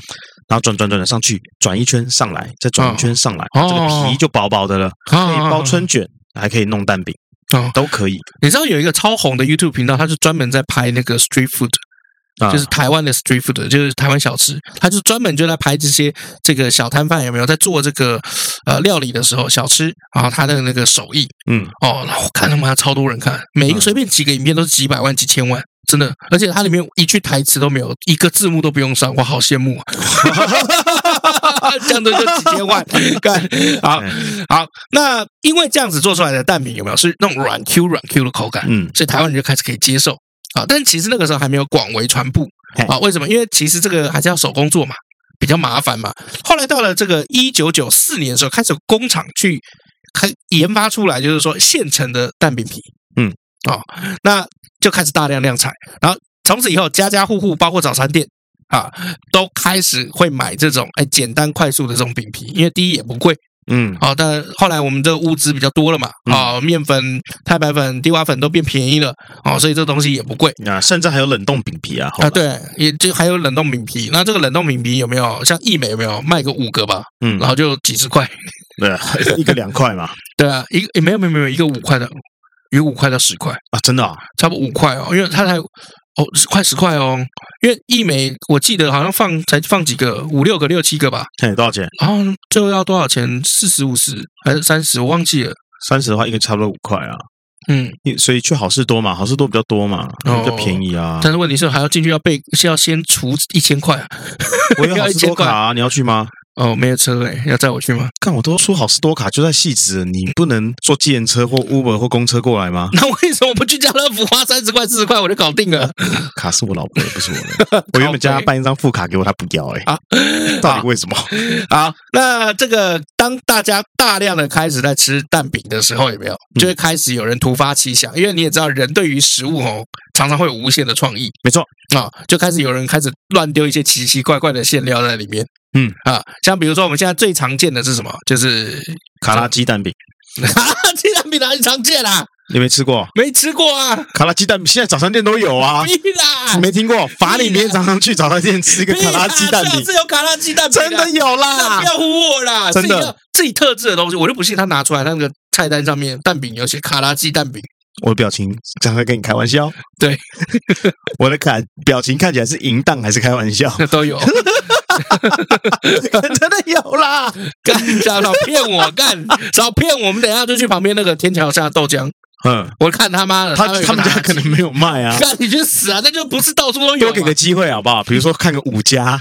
然后转转转的上去，转一圈上来，再转一圈上来，
哦嗯
这个皮就薄薄的了，可
可
以包春卷，还可以弄蛋饼，
哦
都可以
你知道有一个超红的 YouTube 频道，他是专门在拍那个 street food，
啊，
就是台湾的 street food，就是台湾小吃。他就专门就在拍这些这个小摊贩有没有在做这个呃料理的时候小吃，然后他的那个手艺
嗯，
哦，然后看他妈超多人看，每一个
嗯
随便几个影片都是几百万、几千万。真的，而且它里面一句台词都没有，一个字幕都不用上，我好羡慕啊！ 这样子就几千 万，干好
哎
好。那因为这样子做出来的蛋饼有没有是那种软 Q 软 Q 的口感？
嗯
所以台湾人就开始可以接受啊。但其实那个时候还没有广为传播
嘿
啊，为什么？因为其实这个还是要手工做嘛，比较麻烦嘛。后来到了这个一九九四年的时候，开始有工厂去开研发出来，就是说现成的蛋饼皮，
嗯，
哦，那就开始大量量产，然后从此以后，家家户户包括早餐店。啊，都开始会买这种哎简单快速的这种饼皮，因为第一也不贵，
嗯
好、但后来我们这个物资比较多了嘛，
嗯
啊、面粉、太白粉、地瓜粉都变便宜了，哦，所以这东西也不贵。
啊，甚至还有冷冻饼皮啊，好
啊，
吧，
对，也就还有冷冻饼皮。那这个冷冻饼皮有没有像一美有没有卖个五个吧？
嗯
然，后就几十块。
对，啊一个两块嘛，
对啊，一个诶没有没有没有一个五块的，有五块到十块，
啊，真的啊，
差不多五块哦，因为它才哦是快十块哦，因为一美我记得好像放才放几个五六个六七个吧，
嘿，多少钱？
然后最后要多少钱？四十五十还是三十？我忘记了。
三十的话，一个差不多五块啊，
嗯，
你所以去好事多嘛，好事多比较多嘛，
哦
比较便 宜啊。
但是问题是还要进去要被是要先除一千块啊
我有好
要一
事
千
多卡啊，你要去吗？
哦，没有车哎，要载我去吗？？
看我都出好事多卡就在戏子了，你不能坐计程车或 Uber 或公车过来吗
那为什么不去家乐福花三十块四十块我就搞定了？
卡是我老婆的，不是我的。我原本叫她办一张副卡给我，她不要哎、
啊
到底为什么？
好，那这个当大家大量的开始在吃蛋饼的时候，有没有
嗯
就会开始有人突发奇想？因为你也知道，人对于食物哦，常常会有无限的创意
没错，
啊、就开始有人开始乱丢一些奇奇怪怪的馅料在里面。
嗯
啊，像比如说我们现在最常见的是什么？就是
卡 拉鸡蛋饼，
啊，鸡蛋饼哪里常见啦、
你没吃过？
没吃过啊，
卡拉鸡蛋饼现在早餐店都有啊，
必啦
你，没听过？罚你明天早上去早餐店吃一个
必
卡
啦
拉鸡蛋饼
上，次有卡拉鸡蛋饼啊，
真的有
那
啦
不。要唬我啦！
真的
自己要自己特制的东西，我就不信他拿出来，他那个菜单上面蛋饼有写卡拉鸡蛋饼，
我的表情常在跟你开玩笑，
对，
我的看表情看起来是淫荡还是开玩笑？
那都有。
真的有啦，
干少少骗我干，少骗我们！等一下就去旁边那个天桥下豆浆，
嗯，
我看他妈的，
他
会有
他们
拿
家可能没有卖啊。
干你去死啊！那就不是到处都有
多
嘛。
给个机会好不好？比如说看个五家，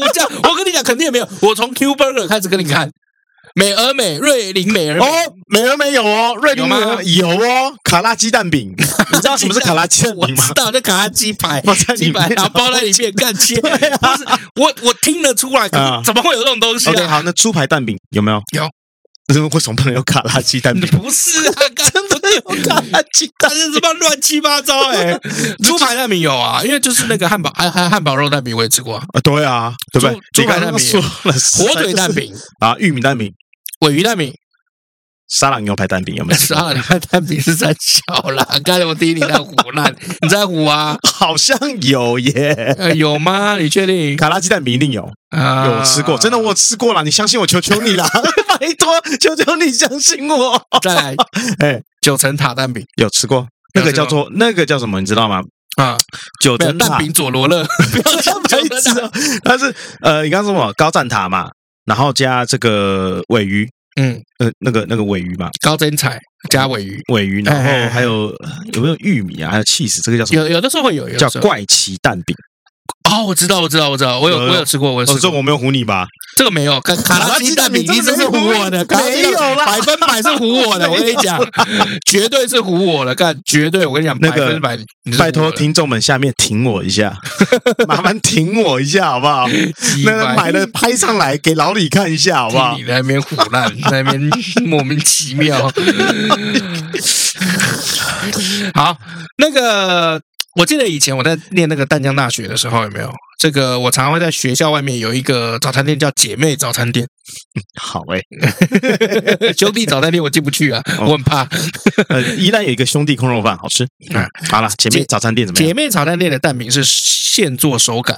我这样，我跟你讲，肯定也没有。我从 Q Burger 开始跟你看，美而美、瑞林美而美。
哦，美而美有哦，瑞
有
林
吗
有有哦，卡拉鸡蛋饼， 你知道什么是卡拉鸡蛋
我
饼吗
知？道，那卡拉鸡排
包 在，里
鸡
面
排然后包在里面干 切，不是我我听得出来，可
啊
是怎么会有这种东西
OK，
啊？
好，那猪排蛋饼有没有？
有。
那为什么不能有卡拉鸡 蛋饼？
不是 啊，真的有
卡拉鸡
但是啊他妈乱七八糟 哎、
啊
猪排蛋饼有啊，因为就是那个汉堡，还还汉堡肉蛋饼我也吃过、啊，
啊，对啊，对不对？
猪
你刚
猪排
刚
蛋饼
说了，
火腿蛋 饼、
啊，玉米蛋饼、
尾鱼蛋 饼、
沙朗牛排蛋饼有 没有？
十二块蛋饼是三小啦。刚才我第一你在胡乱，你在胡啊？
好像有耶，
呃，有吗？你确定？
卡拉鸡蛋饼一定有，
啊
有吃过，真的我有吃过啦，你相信我，求求 你啦，拜托，求求你相信我。
哦再 来
哎，
九层塔蛋饼
有吃过，那个叫做那个叫什么，你知道吗？
啊，
九
没有
层塔
蛋饼佐罗勒，不要讲
白
九层
痴
塔
哦， 它是呃，你刚刚说什么？高赞塔嘛，然后加这个尾鱼，
嗯，
呃，那个那个尾鱼嘛，
高真彩加尾鱼，
尾鱼，然
哎哎哎
后还有呃有没有玉米啊？还有 cheese，这个叫什么？
有有的时候会有，有的
叫
时候
怪奇蛋饼。
哦，我知道，我知道，我知道，我有
有有
我有吃过，我有吃
哦，
过
这。我没有唬你吧？
这个没有，卡卡拉鸡蛋饼一定是唬我的，
真的没有
卡拉鸡蛋饼
没有啦
百分百是唬我的，我跟你讲，绝对是唬我的，干，绝对，我跟你讲，
那
百
个
分百，你是唬我
拜
的
托，听众们下面挺我一 下，麻烦挺我一下好不 好？
鸡
那
掰
个买了拍上来给老李看一下好不好
听？你在那边唬烂，在那边莫名其妙。好，那个我记得以前我在念那个淡江大学的时候，有没有？这个我常常会在学校外面有一个早餐店叫姐妹早餐店，
好哎、
兄弟早餐店我进不去啊，
哦
我很怕。
呃，宜兰有一个兄弟空肉饭好吃。
嗯
嗯，好了，姐妹
姐
早餐店怎么
姐
样？
妹炒蛋店的蛋饼是现做手擀，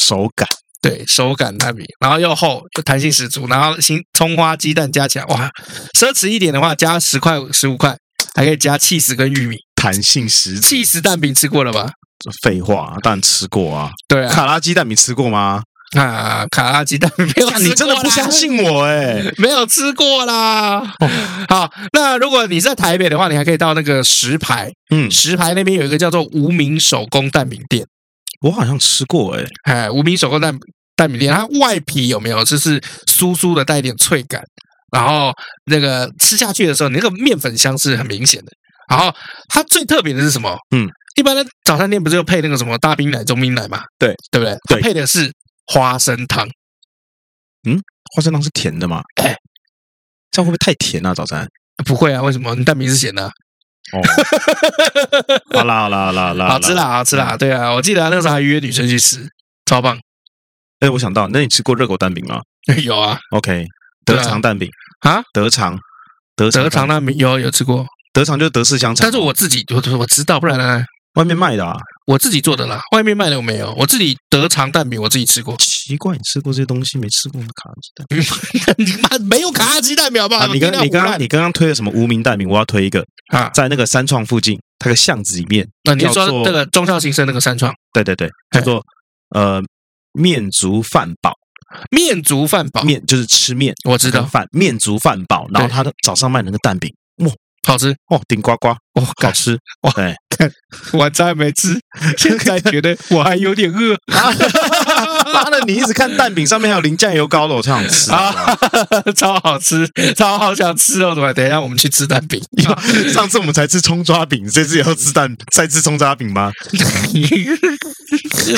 手感
对手擀蛋饼，然后又厚又弹性十足，然后新葱花鸡蛋加起来，哇，奢侈一点的话加十块十五块，还可以加 cheese 跟玉米
弹性十足，
，cheese 蛋饼吃过了吧？
废话，当然吃过啊。
对啊，
卡拉鸡蛋你吃过吗？
啊卡拉鸡蛋饼没有吃过啦
你真的不相？信哦我哎、
没有吃过啦。好，那如果你是在台北的话，你还可以到那个石牌，
嗯，
石牌那边有一个叫做无名手工蛋饼店。
我好像吃过哎、
哎，无名手工蛋蛋饼店，它外皮有没有就是酥酥的，带一点脆感，然后那个吃下去的时候，你那个面粉香是很明显的。然后它最特别的是什么？
嗯，
一般的早餐店不是有配那个什么大冰奶、中冰奶嘛？
对，
对不对？
对
它配的是花生汤。
花生汤是甜的嘛？
哎
这样会不会太甜啊？早餐？
不会啊，为什么？你蛋饼是咸的啊、
哦，好啦好啦好啦好啦，
好吃啦，！好吃
嗯
啦，对啊，我记得啊、那时候还约女生去吃，超棒。
哎、我想到，那你吃过热狗蛋饼吗
有啊，
？OK，德肠蛋饼
啊，
德肠，德
德
肠
肠
蛋
那没有有吃过，
德肠就是德式香肠，
但是我自己我我知道，不然呢
外面卖的啊，，
我自己做的啦，外面卖的我没有，我自己德肠蛋饼我自己吃过
奇怪，你吃过这些东西没吃过卡拉鸡蛋
你妈没有卡拉鸡蛋饼好不好？
啊？你刚你刚刚你刚刚推了什么无名蛋饼？我要推一个，
啊，
在那个三创附近，它个巷子里面，
那你是
叫
说
做
那个中校新生那个三创
对对对，
哎
叫做呃面族饭堡，
面族饭堡，
面就是吃面
我知
跟
道，
饭，面族饭堡，然后它的早上卖的那个蛋饼，
好吃，
哦，顶呱呱，
我
好吃，
哇
对，
晚餐还没吃，现在觉得我还有点饿
妈的，你一直看蛋饼上面还有淋酱油膏的，我超想吃 啊！
啊，超好吃，超好想吃哦！怎么？等一下我们去吃蛋饼，
上次我们才吃葱抓饼，这次也要吃蛋，再吃葱抓饼吗？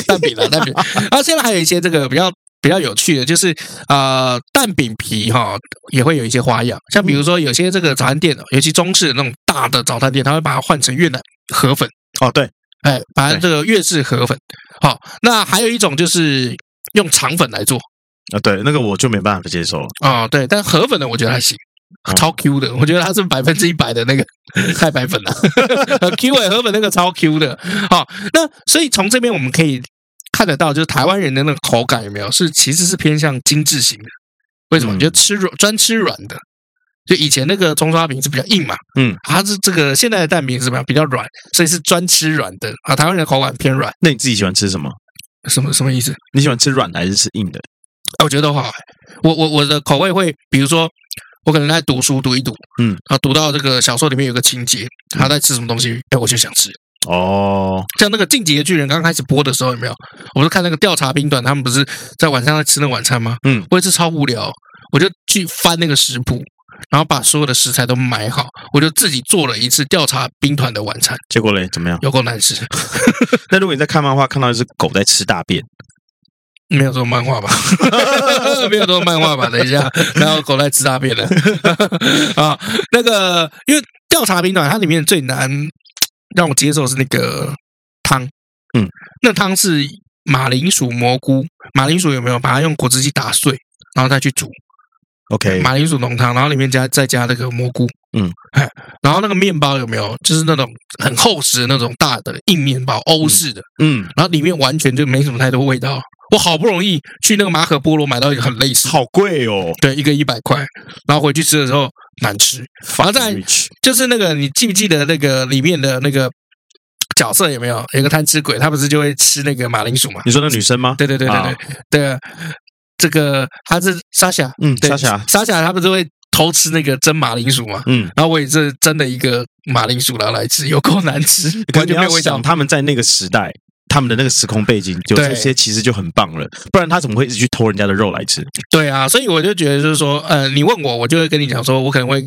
蛋饼啦，蛋饼。然后现在还有一些这个比较比较有趣的，就是呃，蛋饼皮哈、也会有一些花样，像比如说有些这个早餐店，哦尤其中式的那种大的早餐店，它会把它换成越南河粉，
哦，对，
哎，把它
对
这个粤式河粉。好、那还有一种就是用肠粉来做
啊对，那个我就没办法接受了。
啊、对，但河粉呢，我觉得还行。
哦
超 Q 的，我觉得它是百分之一百的那个太白粉了 很，Q 哎、河粉那个超 Q 的。好，那所以从这边我们可以看得到，就是台湾人的那个口感有没有是其实是偏向精致型的？为什么？
嗯
就吃软专吃软的，就以前那个葱抓饼是比较硬嘛，
嗯，
它是这个现在的蛋饼是什么样比较软，所以是专吃软的啊。台湾人的口感偏软，
那你自己喜欢吃什么？
什么什么意思？
你喜欢吃软的还是吃硬的？
啊我觉得都好欸。我我我的口味会，比如说，我可能在读书读一读，
嗯，
啊，读到这个小说里面有个情节，他在吃什么东西，哎，我就想吃。
哦，
像那个《进击的巨人》刚开始播的时候，有没有？我是看那个调查兵团，他们不是在晚上在吃那晚餐吗？
嗯，
我也是超无聊，我就去翻那个食谱，然后把所有的食材都买好，我就自己做了一次调查兵团的晚餐，
结果嘞怎么样？
有够难吃。
那如果你在看漫画看到一只狗在吃大便，
没有做漫画吧？ 没有做漫画吧？等一 下，然后狗在吃大便了 啊！那个，因为调查兵团它里面最难让我接受是那个汤，
嗯，
那汤是马铃薯蘑菇，马铃薯有没有把它用果汁机打碎，然后再去煮
OK，
马铃薯浓汤，然后里面加再加那个蘑菇，
嗯，
哎，然后那个面包有没有就是那种很厚实的那种大的硬面包，欧式的，
嗯，
然后里面完全就没什么太多味道。我好不容易去那个马可波罗买到一个很类似，
好贵哦。
对，一个一百块，然后回去吃的时候难吃。然后再
Rich
就是那个，你记不记得那个里面的那个角色有没有？有一个贪吃鬼，他不是就会吃那个马铃薯嘛？
你说那女生吗？
对对对对
啊
对对，这个他是莎夏，
嗯，
对
莎莎，
莎夏他不是会偷吃那个蒸马铃薯嘛？
嗯，
然后我也是蒸了一个马铃薯拿来吃，有够难吃，
可
完
是你
全没
要
有味道
想。他们在那个时代，他们的那个时空背景，有
对
这些其实就很棒了，不然他怎么会一直去偷人家的肉来吃？
对啊，所以我就觉得就是说，呃，你问我，我就会跟你讲说，我可能会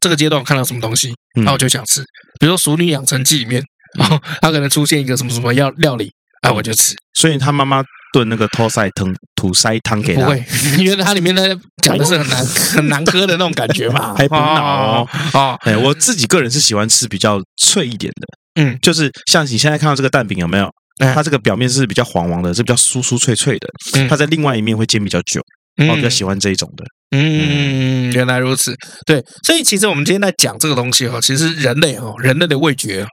这个阶段我看到什么东西，
嗯
然后我就想吃，比如说《熟女养成记》里面，然后它可能出现一个什么什么料料理。啊，我就吃，
所以他妈妈炖那个托塞汤、土塞汤给
不
他，
会， 因为它里面呢讲的是很难很难喝的那种感觉嘛，
还补脑
哦
哦。
哦，
哎，我自己个人是喜欢吃比较脆一点的，
嗯，
就是像你现在看到这个蛋饼有没有？
哎
它这个表面是比较黄黄的，是比较酥酥脆脆的
嗯。
它在另外一面会煎比较久，我比较喜欢这一种的。
嗯，原来如此。对，所以其实我们今天在讲这个东西哦，其实人类哦，人类的味觉哦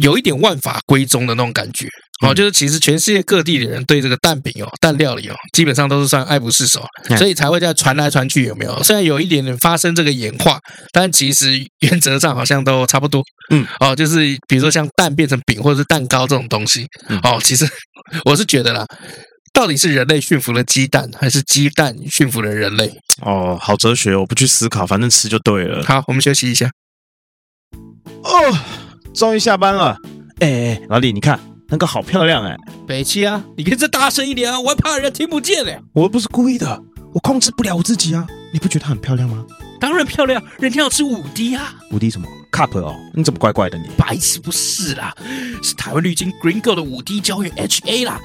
有一点万法归宗的那种感觉。哦，
嗯
就是其实全世界各地的人对这个蛋饼哦、蛋料理哦，基本上都是算爱不释手，
嗯
所以才会在传来传去，有没有？虽然有一点点发生这个演化，但其实原则上好像都差不多。
嗯，
哦，就是比如说像蛋变成饼或者是蛋糕这种东西
嗯，
哦，其实我是觉得啦，到底是人类驯服了鸡蛋，还是鸡蛋驯服了人类？
哦，好哲学哦，我不去思考，反正吃就对了。
好，我们休息一下。
哦，终于下班了。哎哎，老李，你看那个好漂亮哎，
北七啊，你可以再大声一点啊，我还怕人家听不见嘞。
我又不是故意的，我控制不了我自己啊。你不觉得它很漂亮吗？
当然漂亮，人家要吃五滴啊，
五 D 什么 cup 哦？你怎么怪怪的你？
白痴不是啦，是台湾绿金 Green Go 的五滴胶原 HA 啦。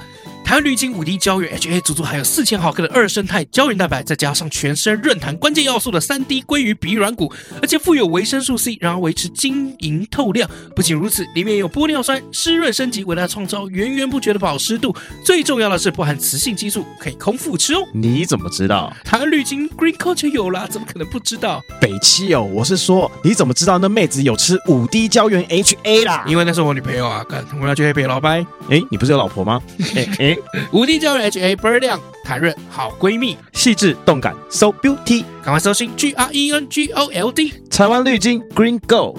台湾绿金五 D 胶原 HA 足足含有四千毫克的二生态胶原蛋白，再加上全身润弹关键要素的三 D 鲑鱼鼻软骨，而且富有维生素 C，让它维持晶莹透亮。不仅如此，里面有玻尿酸湿润升级，为它创造源源不绝的保湿度。最重要的是，不含雌性激素，可以空腹吃哦。
你怎么知道？
台湾绿金 Green Culture 有啦，怎么可能不知道？
北七哦，我是说，你怎么知道那妹子有吃五 D 胶原 HA 啦？
因为那是我女朋友啊，干我要去黑北老白。
哎，你不是有老婆吗？哎哎，
五 D 胶原 HA 倍儿亮，弹润好闺蜜，
细致动感，so beauty，
赶快搜寻 G R E N G O L D。
台湾绿金 Green Go。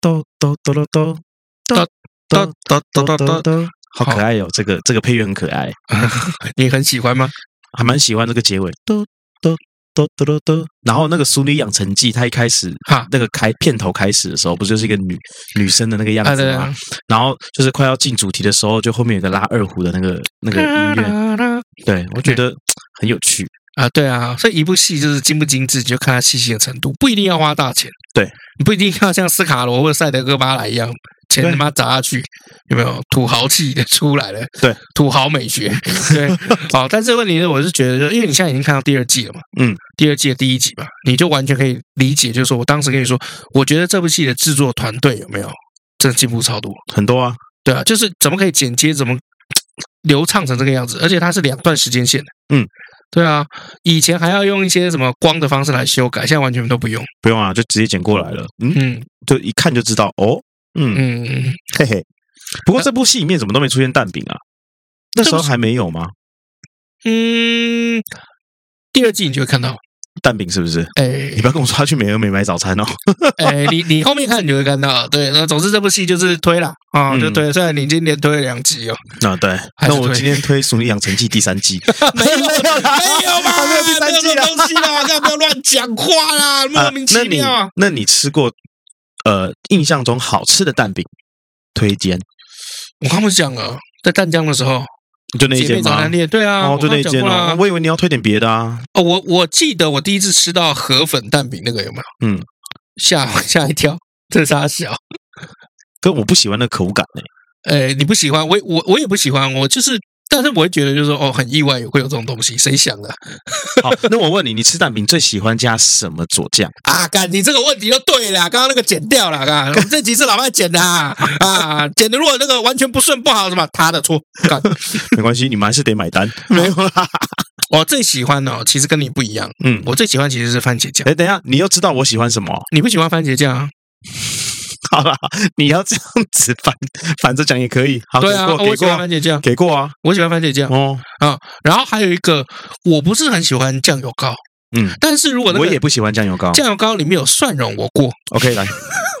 哆哆哆哆哆
哒哒哒哒
哆
哒，
哆，好可爱哟、哦这个这个配乐很可爱，
你很喜欢吗？
还蛮喜欢这个结尾。哆哆哆哆哆哆。然后那个《淑女养成记》，它一开始
哈，
那个开片头开始的时候，不就是一个女女生的那个样
啊
子
对
吗？
啊
然后就是快要进主题的时候，就后面有个拉二胡的那个那个音乐，对我觉得很有趣。
啊，对啊，所以一部戏就是精不精致，就看它细心的程度，不一定要花大钱。
对，
你不一定要像斯卡罗或者塞德哥巴莱一样，钱
对
他妈砸下去，有没有土豪气的出来了？
对，
土豪美学。对，好，但是问题是，我是觉得说，因为你现在已经看到第二季了嘛，
嗯，
第二季的第一集吧，你就完全可以理解，就是说我当时跟你说，我觉得这部戏的制作团队有没有真的进步超多？
很多啊，
对啊，就是怎么可以剪接，怎么流畅成这个样子，而且它是两段时间线的。
嗯，
对啊，以前还要用一些什么光的方式来修改，现在完全都不用。
不用啊，就直接剪过来了。嗯，
嗯
就一看就知道哦。嗯，
嗯，
嘿嘿。不过这部戏里面怎么都没出现蛋饼啊？那时候还没有吗？
嗯，第二季你就会看到，
蛋饼是不是？
哎
你不要跟我说他去美而美买早餐哦。
哎，你你后面看你就会看到，对，那总之这部戏就是推啦，啊，
嗯
就推，虽然你今天推了两集 哦，
啊，对，
还是
那我
推
今天推《熟女养成记》第三 季，
没有没有
啦
没有吧，
还没有第三季啊
没有
啦
这种东西啦，干嘛不要乱讲话 啦，莫名其妙
啊。那你那你吃过呃印象中好吃的蛋饼？推荐
我刚不是讲了，在湛江的时候，
就那一
姐妹
间
早
吗
餐？店，对啊，
哦，就那
一
一间哦，我以为你要推点别的啊。
哦，我我记得我第一次吃到河粉蛋饼那个有没有？
嗯，
吓吓一跳，这啥小？
可我不喜欢那口感哎、
哎，你不喜欢，我也我我也不喜欢，我就是，但是我会觉得就是说，哦，很意外会有这种东西，谁想的啊
好，那我问你，你吃蛋饼最喜欢加什么佐酱？
啊？干，你这个问题就对了，刚刚那个剪掉了， 干，我们这集是老外剪的啊，啊，剪的如果那个完全不顺不好什么，他的错。干，
没关系，你们还是得买单。没有啦，
我最喜欢的哦，其实跟你不一样，
嗯，
我最喜欢其实是番茄酱，
哎，等一下，你又知道我喜欢什么？
你不喜欢番茄酱啊？
好啦，你要这样子反反着讲也可以。好，
对啊，
给
我喜
过，
欢番
给过，
茄酱，
给过啊。
我喜欢番茄酱。
哦，
啊、然后还有一个，我不是很喜欢酱油膏，
嗯，
但是如果那
我
个
也不喜欢酱油膏。
酱油膏里面有蒜蓉，我过
OK，来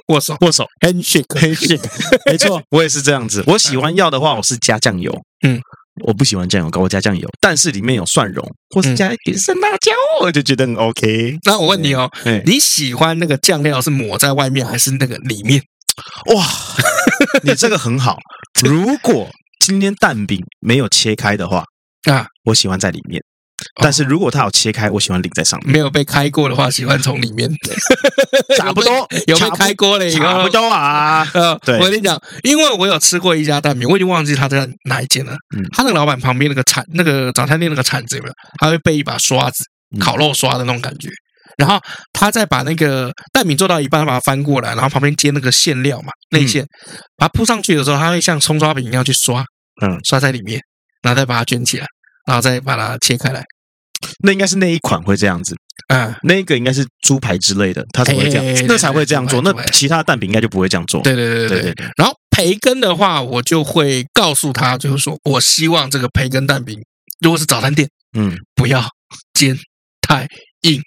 握手
握手
handshake，
handshake，没错， 我也是这样子。我喜欢要的话，我是加酱油。
嗯。
我不喜欢酱油膏，我加酱油，但是里面有蒜蓉，或
嗯
是加一点生辣椒，我就觉得很 OK。
那我问你哦，
哎，
你喜欢那个酱料是抹在外面还是那个里面？
哇，你这个很好。如果今天蛋饼没有切开的话，
啊，
我喜欢在里面；但
哦
是如果它有切开，我喜欢淋在 上面。
没有被开过的话，喜欢从里面。
差不多
有被
差不
开过了以后，
差不多啊。
呃，
对
我跟你讲，因为我有吃过一家蛋饼，我已经忘记他在哪一间了。
嗯
他那个老板旁边那个铲，那个早餐店那个铲子有没有？他会备一把刷子，
嗯
烤肉刷的那种感觉。然后他再把那个蛋饼做到一半，把它翻过来，然后旁边接那个馅料嘛，
嗯
内馅，把它铺上去的时候，他会像葱抓饼一样去刷，
嗯，
刷在里面，然后再把它卷起来，然后再把它切开来。
那应该是那一款会这样子，
啊，
那一个应该是猪排之类的，它才会这
哎哎哎
样，那才会这样做。
对
那
对对
其他的蛋饼应该就不会这样做。
对对对对
对
对
对。对，
然后培根的话，我就会告诉他，就是说我希望这个培根蛋饼，如果是早餐店，
嗯，
不要煎太硬，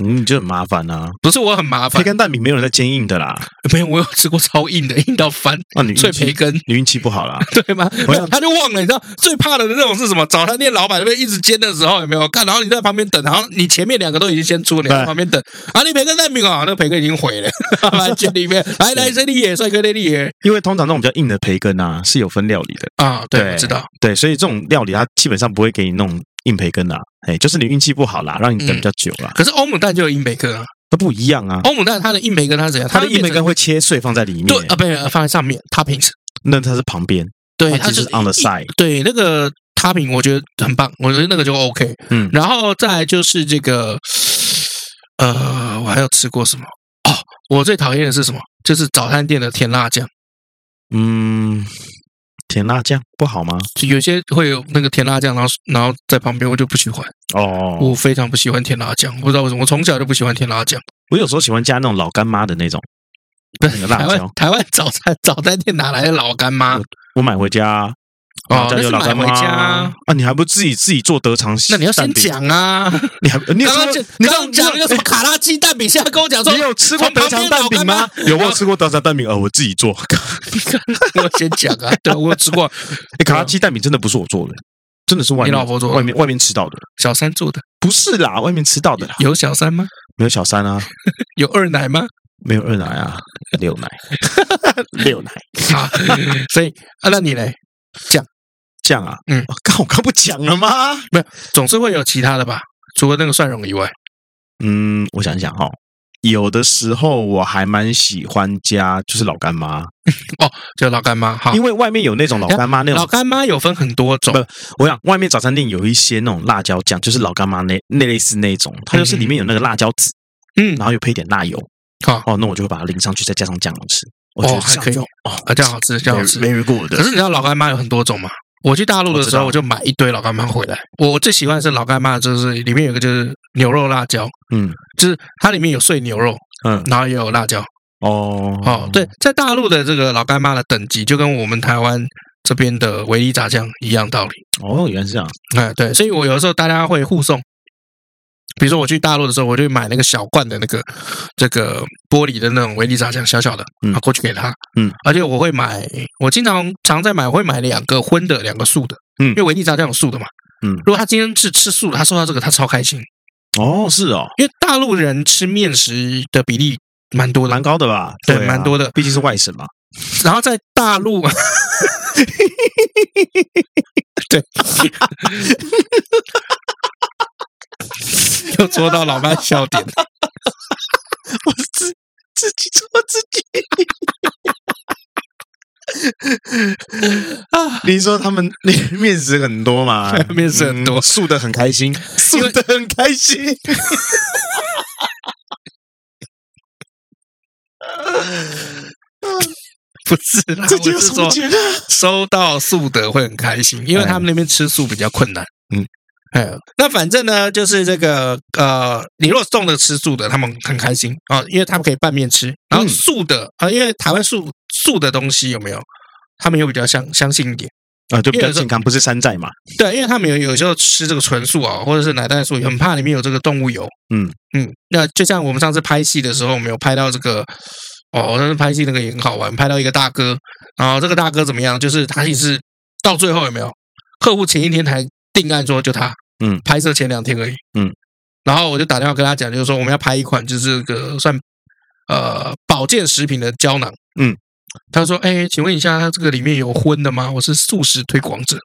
你就很麻烦啊。
不是我很麻
培
烦，
根蛋饼没有人在坚硬的啦，
没有，我有吃过超硬的，硬到翻
啊，你运
脆
气
培根。
你运气不好啦。
对吗？
我
没
想
有， 他就忘了，你知道最怕的那种是什么？早餐店老板那边一直煎的时候有没有干？然后你在旁边等，然后你前面两个都已经先出了，你
对
在旁边等啊，你培根蛋饼啊，那个培根已经毁 了，来煎里面，来来，这里也帅哥，这里也
因为通常那种比较硬的培根啊，是有分料理的。
啊，对，我知道，
对，所以这种料理它基本上不会给你那种硬培根啦，哎，就是你运气不好啦，让你等比较久啦，
可是欧姆蛋就有硬培根啊，
那不一样啊。
欧姆蛋它的硬培根它是怎样？
它的硬培
变成
根会切碎放在里面
呃对啊，，不是呃放在上面 toppings
那它是旁边，
对，
它
它
只
就是
on the side，
对那个他品，我觉得很棒，我觉得那个就 OK。
嗯
然后再来就是这个，呃，我还有吃过什么？哦，我最讨厌的是什么？就是早餐店的甜辣酱，
嗯，甜辣酱不好吗？
就有些会有那个甜辣酱，然后然后在旁边，我就不喜欢，
哦，
我非常不喜欢甜辣酱，我不知道为什么，我从小就不喜欢甜辣酱。
我有时候喜欢加那种老干妈的那种，那个辣
台
椒
湾，台湾早餐早餐店哪来的老干妈？
我买回家，
哦那
家有
是
老干
买
妈
回家啊
啊，你还不自己自己做德肠？
那你要先
蛋饼，
讲啊！
你还你有
刚刚
吃过
讲，
你
刚
知道
刚讲那个什么卡拉鸡蛋饼，现在跟我讲说
你有吃过
从
德
旁
肠
边
蛋
老
饼
干
吗
妈？
有我有吃过德肠蛋饼，呃，我自己做。
我先讲啊， 对我有吃过
欸卡拉鸡蛋饼真的不是我做的，真的是外面
你老婆做的
外面外面吃到的，
小三做的，
不是啦，外面吃到的啦。
有小三吗？
没有小三啊，
有二奶吗？
没有二奶啊，六 奶，六奶
啊， 所以啊，那你嘞，
酱啊，
嗯
哦，刚我刚不讲了吗？
总是会有其他的吧？除了那个蒜蓉以外，
嗯，我想一想哈、哦，有的时候我还蛮喜欢加就是老干妈，
哦就老干妈哈
因。为外面有那种老干妈那
哎老
种，
干妈有分很多种
不，我想外面早餐店有一些那种辣椒酱，就是老干妈那那类似那种，它就是里面有那个辣椒籽，
嗯
然后又配一点辣油，
好
哦，那我就会把它淋上去，再加上酱吃。我觉得
哦还
这样
可以
就哦，
啊，这样好吃，这样好吃。
，very good
可是你知道老干妈有很多种吗？我去大陆的时候，
我
我就买一堆老干妈回来。我最喜欢的是老干妈，就是里面有一个就是牛肉辣椒，
嗯
就是它里面有碎牛肉，
嗯
然后也有辣椒。
哦
哦，对，在大陆的这个老干妈的等级，就跟我们台湾这边的维力炸酱一样道理。
哦，原来是这样，
哎，对，所以我有的时候大家会互送，比如说我去大陆的时候，我就买那个小罐的那个这个玻璃的那种维力炸酱，小小的，
嗯
啊，过去给他，
嗯，
而且我会买，我经常常在买，我会买两个荤的，两个素的，
嗯
因为维力炸酱有素的嘛，
嗯
如果他今天是吃素的，他收到这个他超开心，
哦是哦，
因为大陆人吃面食的比例蛮多的，
蛮高的吧？
对
啊
蛮多的
毕竟是外省嘛。
然后在大 陆，对，又戳到老班笑点。？
我自自己做自己。你说他们那面食很多嘛
面食很多
嗯素的很开心，素的很开心。
不是啦，
这
我
就是是
说
我觉得，
收到素的会很开心，因为他们那边吃素比较困难。
嗯，
哎，那反正呢，就是这个呃，你如果送的吃素的，他们很开心啊、因为他们可以拌面吃。然后
嗯
素的啊、因为台湾素素的东西有没有？他们又比较相相信一点。
啊，就比
因为
较
有时候
健康，不是山寨嘛？
对，因为他们有有时候吃这个纯素啊，或者是奶蛋素，很怕里面有这个动物油。
嗯
嗯，那就像我们上次拍戏的时候，我们有拍到这个，哦，那次拍戏那个也很好玩，拍到一个大哥，然后这个大哥怎么样？就是他也是到最后有没有客户前一天才定案说就他，
嗯，
拍摄前两天而已，
嗯，
然后我就打电话跟他讲，就是说我们要拍一款就是这个算呃保健食品的胶囊，
嗯，
他说，哎，请问一下，它这个里面有荤的吗？我是素食推广者。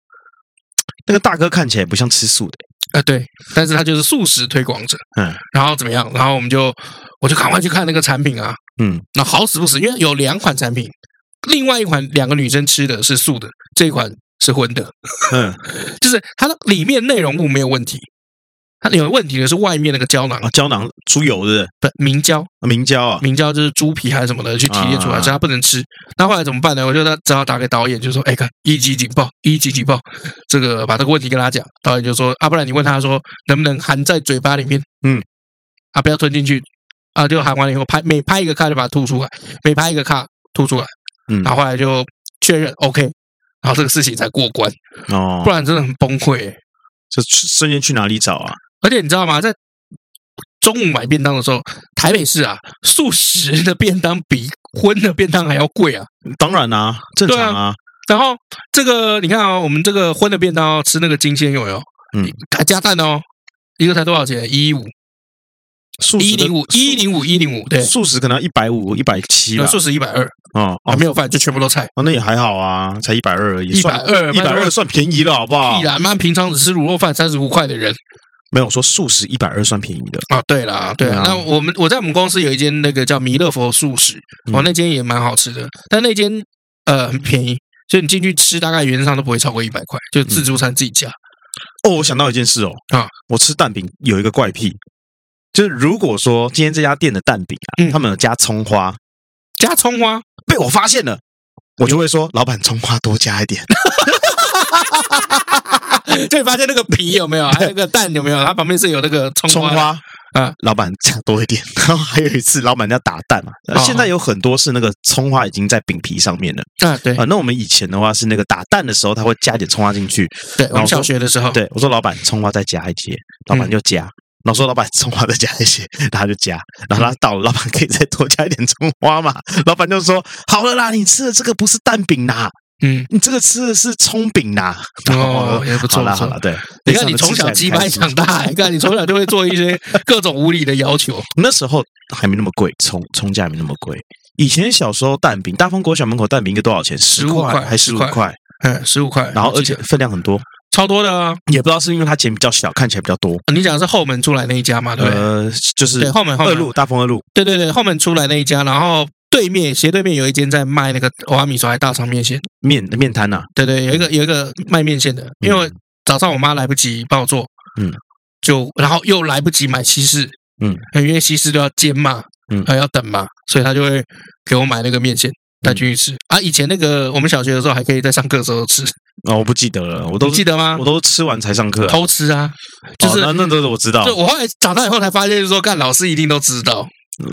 那个大哥看起来不像吃素的，
啊、对，但是他就是素食推广者，
嗯
然后怎么样？然后我们就我就赶快去看那个产品啊，
嗯，
那好死不死，因为有两款产品，另外一款两个女生吃的是素的，这一款是荤的，
嗯
就是它的里面内容物没有问题，它有问题的是外面那个胶囊
啊，，胶囊猪油的
不明胶，
明胶啊，
明胶就是猪皮还是什么的去提炼出来，
啊
所以它不能吃。那后来怎么办呢？我就只好打给导演，就说：“哎，看一级警报，一级警报，这个把这个问题跟他讲。”导演就说：“啊，不然你问他说能不能含在嘴巴里面？
嗯，
啊，不要吞进去啊，就含完了以后拍每拍一个卡就把它吐出来，每拍一个卡吐出来。
嗯
然后后来就确认 OK，然后这个事情才过关，
哦
不，然真的很崩溃、欸。
这去瞬间去哪里找啊？
而且你知道吗，在中午买便当的时候，台北市啊，素食的便当比荤的便当还要贵啊。
当然啊，正
对啊
常啊，
然后这个你看啊、我们这个荤的便当、哦、吃那个金鲜有没有？
嗯，
还加蛋哦，一个才多少钱？一五
素
一
食的
零五一零五一零五，对，
素食可能一百五、一百七吧
有，素食一百二，
哦
啊，
哦，
没有饭就全部都菜。
哦，那也还好啊，才一百二而已，
120
一百二算便宜了，好不好
必？然，妈平常只吃卤肉饭三十五块的人
没有我说素食一百二算便宜的，
啊，对啦，对
对啊
啊。那我们我在我们公司有一间那个叫弥勒佛素食，哦，
嗯
那间也蛮好吃的，但那间呃很便宜，所以你进去吃大概原则上都不会超过一百块，就自助餐自己加。
哦，我想到一件事哦，
啊，
我吃蛋饼有一个怪癖，就是如果说今天这家店的蛋饼啊，
嗯
他们有加葱花，
加葱花，
被我发现了，我就会说，老板葱花多加一点。
就你发现那个皮有没有，还有那个蛋有没有，它旁边是有那个葱
葱
花的。
花
啊，
老板加多一点。然后还有一次，老板要打蛋嘛，呃
哦
现在有很多是那个葱花已经在饼皮上面了
啊，对
啊。那我们以前的话是那个打蛋的时候，他会加一点葱花进去。
对，我
然后
们小学的时候，
对我说，老板葱花再加一些，老板就加。
嗯
然后说老板葱花再加一些， 然后他就加，然后他到了，老板可以再多加一点葱花嘛？老板就说好了啦，你吃的这个不是蛋饼啦，
嗯，
你这个吃的是葱饼啦。然后我
哦
说，
也不
好
错，
啦
不
好
错
啦，。对。
你看你从小鸡掰长大，你看你从小就会做一 些各种无理的要求。
那时候还没那么贵，葱葱价也没那么贵。以前小时候蛋饼，大丰国小门口蛋饼一个多少钱？十
15块
还十五
15
块？
嗯，十五块，
然后
我
而
记
且
得
分量很多，
超多的啊！
也不知道是因为它钱比较小，看起来比较多。
你讲的是后门出来那一家嘛，对不对？
呃，就是
对，后门后
二
门
路大丰二路，
对对对，后门出来那一家，然后对面斜对面有一间在卖那个欧阿米索还大肠面线，
面面摊啊呐、
对对，有一个有一个卖面线的，因为早上我妈来不及帮我做，
嗯，
就然后又来不及买西式，
嗯，
因为西式都要煎嘛，
嗯
还要等嘛，所以她就会给我买那个面线带进去吃啊。以前那个我们小学的时候还可以在上课的时候吃，
哦，我不记得了，我都
你记
得，
得吗
我？都吃完才上课、啊。
偷吃啊，就是
哦、那那都我知道
就，我后来长大以后才发现，就是说干老师一定都知道。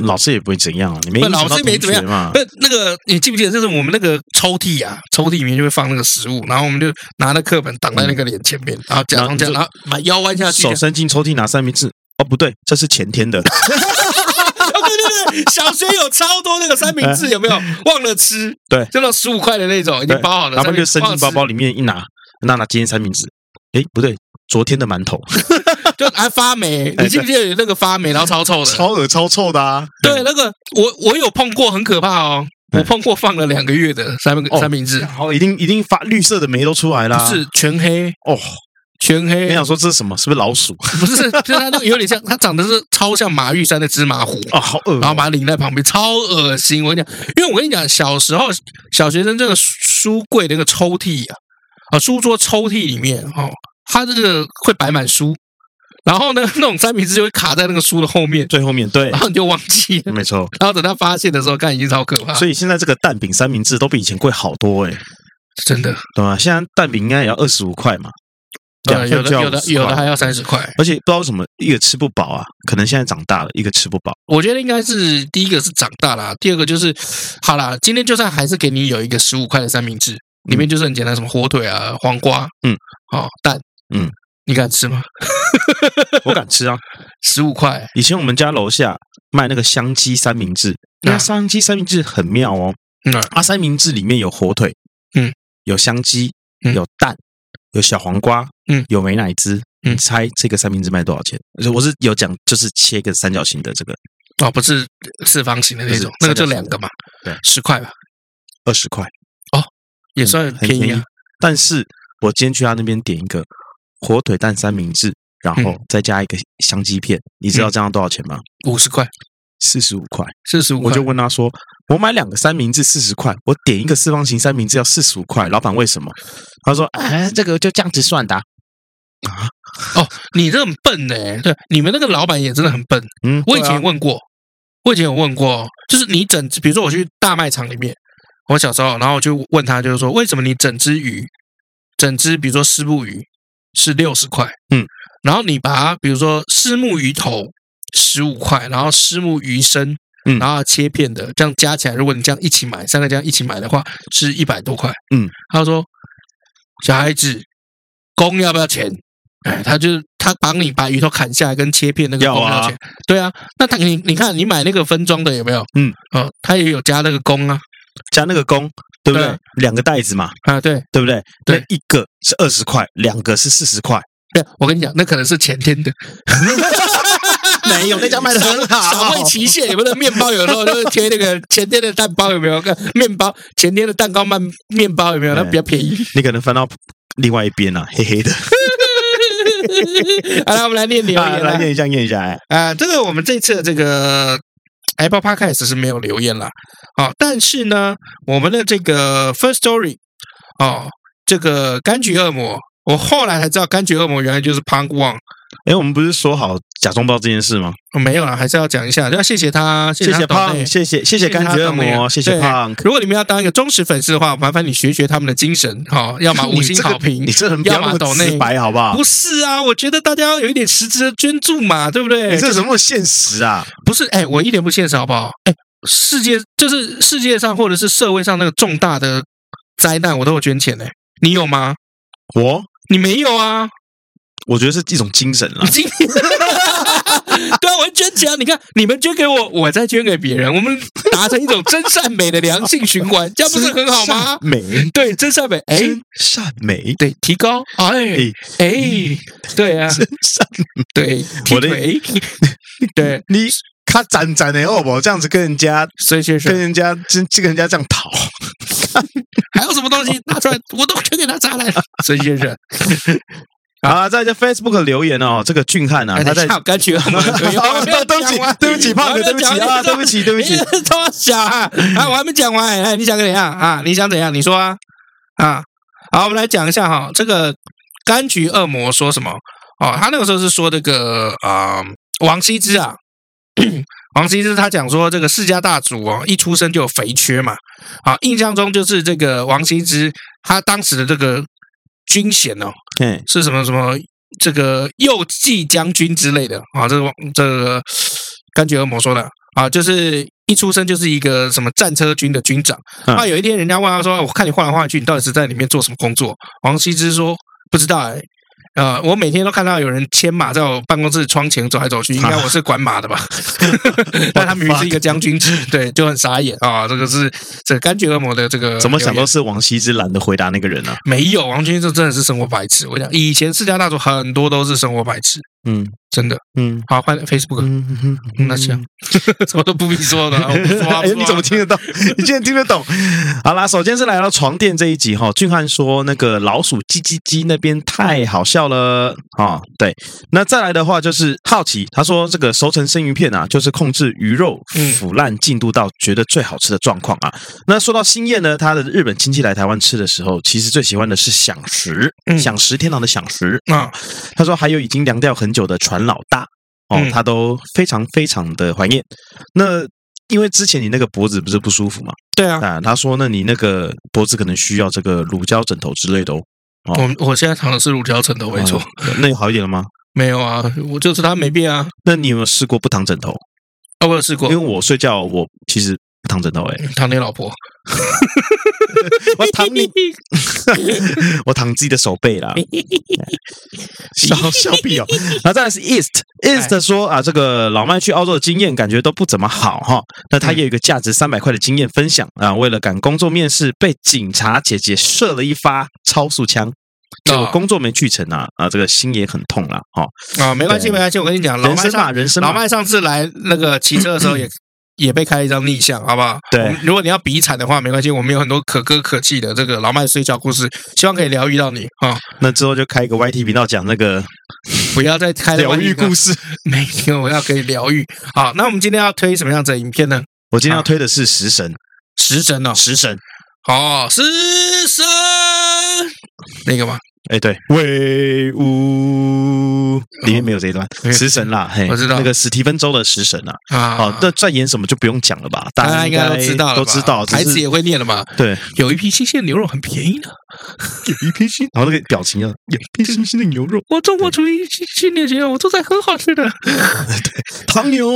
老师也不会怎样啊，你没
不
影响
老师
到
没怎
同
么
学
样
嘛。
那那个你记不记得，就是我们那个抽屉啊，抽屉里面就会放那个食物，然后我们就拿那课本挡在那个脸前面，然后假装这样，嗯然后把腰弯 下去。
手伸进抽屉拿三明治，哦不对，这是前天的，
哦对对对，小学有超多那个三明治，有没有？忘了吃，
对
就那十五块的那种，已经包好了，
然后
三
就
明
伸进包包里面一拿，那拿今天三明治，诶，不对，昨天的馒 头，
忘了吃就还发霉。你记不记得有那个发霉，然后哎超臭的？
恶超臭的啊！
对，那个我我有碰过，很可怕哦。我碰过放了两个月的三明
哦
三明治，
然后一定一定发绿色的霉都出来啦。
不是全黑，
哦，
全黑
你，想说这是什么？是不是老鼠？
不是，就是它那个有点像，它长得是超像马玉山的芝麻糊，
哦，好恶
然后把它淋在旁边，超恶心。我跟你讲，因为我跟你讲，小时候小学生这个书柜那个抽屉啊，啊，书桌抽屉里面哦，它这个会摆满书，然后呢，那种三明治就会卡在那个书的后面，
最后面对
然，后你就忘记了，
没错。
然后等他发现的时候，看已经超可怕，
所以现在这个蛋饼三明治都比以前贵好多哎、
真的，
懂吗？现在蛋饼应该也要二十五块嘛，两
呃，
份
有
就
的
要
有的
50
有的
块
还要三十块。
而且不知道为什么一个吃不饱啊，可能现在长大了，一个吃不 饱。
我觉得应该是第一个是长大啦，第二个就是好啦，今天就算还是给你有一个十五块的三明治，里面就是很简单，什么火腿啊、黄瓜，
嗯，
哦，蛋，
嗯，
你敢吃吗？
我敢吃啊！
十五块，
以前我们家楼下卖那个香鸡三明治，那
啊
香鸡三明治很妙哦，
嗯啊
啊，三明治里面有火腿，
嗯，
有香鸡，
嗯
有蛋，有小黄瓜，
嗯
有美乃滋。
嗯
你猜这个三明治卖多少钱？我是有讲，就是切个三角形的这个
哦，不是四方形的那种
不是，
那个就
三角形的
两个嘛，
对
十块吧，
二十块，
也算
很
便宜啊。。
但是我今天去他那边点一个火腿蛋三明治，然后
嗯
再加一个香鸡片，你知道这样多少钱吗？
五十块，
四十五块。
四十五
我
块
就，问他说：“我买两个三明治四十块，我点一个四方形三明治要四十五块，老板为什么？”他说：“哎，这个就这样子算的啊、
你这很笨呢、对，你们那个老板也真的很笨。
嗯，
我以
对
前
啊
也问过，我以前有问过，就是你整，比如说我去大卖场里面，我小时候，然后我就问他，就是说为什么你整只鱼，整只比如说虱目鱼是六十块，
嗯，
然后你把它比如说虱目鱼头十五块，然后虱目鱼身，
嗯
然后切片的，这样加起来，如果你这样一起买，三个这样一起买的话，是一百多块，
嗯，
他说小孩子公要不要钱？哎，他就是他帮你把鱼头砍下来跟切片那个
要
公
啊
钱，对啊，那他你你看你买那个分装的有没有？
嗯，
哦，他也有加那个工啊，
加那个工，对不对
对？
两个袋子嘛，
啊，对，
对不对？
对
那一个是二十块，两个是四 十块，
对，我跟你讲，那可能是前天 的，
没有那家卖的
赏
很 好
味。期限有没有？面包有时候就是贴那个前天的蛋包有没有？看面包前天的蛋糕卖面包有没有？那比较 便宜。
你可能翻到另外一边啊，黑黑的。
好了，我们来念留
啊
言
来
啦
念一
呃
下，念一下，哎，
啊，这个我们这次的这个 Apple Podcast 是没有留言啦。啊。但是呢，我们的这个 First Story 哦，这个柑橘恶魔，我后来才知道柑橘恶魔原来就是 Punk One。
哎，我们不是说好假装不知道这件事吗？
哦没有了，还是要讲一下，要谢谢他，
谢
谢
谢
他抖
胖，
内
谢谢谢谢
谢他
柑橘恶
抖内
魔，谢谢
对
胖。
如果你们要当一个忠实粉丝的话，麻烦你学学他们的精神，哈、要 么五
你
星
这个
好评
你，这人不
要
要
么
那
抖
么
内
直白好不好？
不是啊，我觉得大家要有一点实质的捐助嘛，对不对？
你这怎么那么现实啊？
不是，哎，我一点不现实，好不好？哎，世界就是世界上或者是社会上那个重大的灾难，我都有捐钱呢、你有吗？
我
你没有啊？
我觉得是一种精神啦
你。今 天对啊，我捐钱啊！你看，你们捐给我，我再捐给别人，我们达成一种真善美的良性循环，这样不是很好吗
真善？美，
对，真善美，哎，
真善美，
对，提高，哎
哎，
哎，对啊，
真善美。
对，踢
我 的
腿，对，
你他展展的哦，我这样子跟人家
所以先生
跟，人家真跟人家这样讨，
还有什么东西拿出来，我都全给他砸烂。 孙先生，
啊，在这 Facebook 留言哦，这个俊汉啊，他在。
唱歌 曲，哎我
对不起，对不起，胖哥，对不起啊，对不起，对不起。
起，超小啊！啊，我还没讲完，哎，你想怎样啊？你想怎样？你说啊啊！好，我们来讲一下哈，这个柑橘恶魔说什么？哦，他那个时候是说这个啊、呃王羲之啊。王羲之他讲说，这个世家大族哦，一出生就有肥缺嘛。啊，印象中就是这个王羲之，他当时的这个军衔哦，
嗯，
是什么什么这个右骑将军之类的啊，这是王这个柑橘恶魔说的啊，就是一出生就是一个什么战车军的军长。
嗯
啊，有一天人家问他说：“我看你晃来晃去，你到底是在里面做什么工作？”王羲之说：“不知道哎、呃，我每天都看到有人牵马在我办公室窗前走来走去，应该我是管 马的吧？ 但他明明是一个将军职，对，就很傻眼啊！这个是这个柑橘恶魔的这个
怎么
呃留
想
言
都是王羲之懒得回答那个人啊。
没有，王军这真的是生活白痴。我讲以前世家大族很多都是生活白痴，
嗯
真的。
嗯
好，换 Facebook，、
嗯
嗯、那行，什么都不必说的。我不说啊、
哎，你怎么听得 到？你竟然听得懂？好啦，首先是来到床垫这一集哈，俊汉说那个老鼠叽叽叽那边太好笑了啊、哦。对，那再来的话就是好奇，他说这个熟成生鱼片啊，就是控制鱼肉
嗯
腐烂进度到觉得最好吃的状况啊。那说到新燕呢，他的日本亲戚来台湾吃的时候，其实最喜欢的是响食，
嗯
响食天堂的响食
啊？
他说还有已经凉掉很久的船老大哦
嗯，
他都非常非常的怀念。那因为之前你那个脖子不是不舒服嘛，
对啊，
啊，他说那你那个脖子可能需要这个乳胶枕头之类的哦，
我我现在躺的是乳胶枕头，没错。
呃，那有好一点了吗？
没有啊，我就是它没变啊。
那你有没有试过不躺枕头？
啊，我有试过
因为，我睡觉我其实不躺枕头、 欸，
躺你老 婆，
我躺你，我躺自己的手背 啦，笑笑屁哦。然后再来是 East
哎
East 说啊，这个老麦去澳洲的经验感觉都不怎么好哈。那
嗯
他也有一个价值三百块的经验分享啊，为了赶工作面试，被警察姐姐射了一发超速枪。结
哦
果工作没去成啊啊，这个心也很痛啦。哈。
啊，没关系，
对
没关系。我跟你讲，老
人
麦
生嘛，
上
人生
老
嘛，
麦上次来那个骑车的时候 也也被开一张逆向，好不好？
对，
如果你要比惨的话，没关系，我们有很多可歌可泣的这个老麦睡觉故事，希望可以疗愈到你啊、
那之后就开一个 YT 频道讲那个
不要再开了
疗愈故
事，
事。
没有，我要可以疗愈。好，那我们今天要推什么样子的影片呢？
我今天要推的是食神，
食神哦，
食神，
哦，食神那个吗？
哎，对，威武里面没有这一段，
嗯
食神啦，嘿，
我知道
那个史蒂芬周的食神啊，
啊，
哦，那在演什么就不用讲了吧，
大
家
家应该都知道了吧，
都知道，只
台词
是
也会念了嘛。
对，
有一批新鲜牛肉很便宜的，
有一片新，然后那个表情啊，有一片新鲜的牛肉，
我中国厨艺训训练学院，我做菜很好吃的。
唐牛，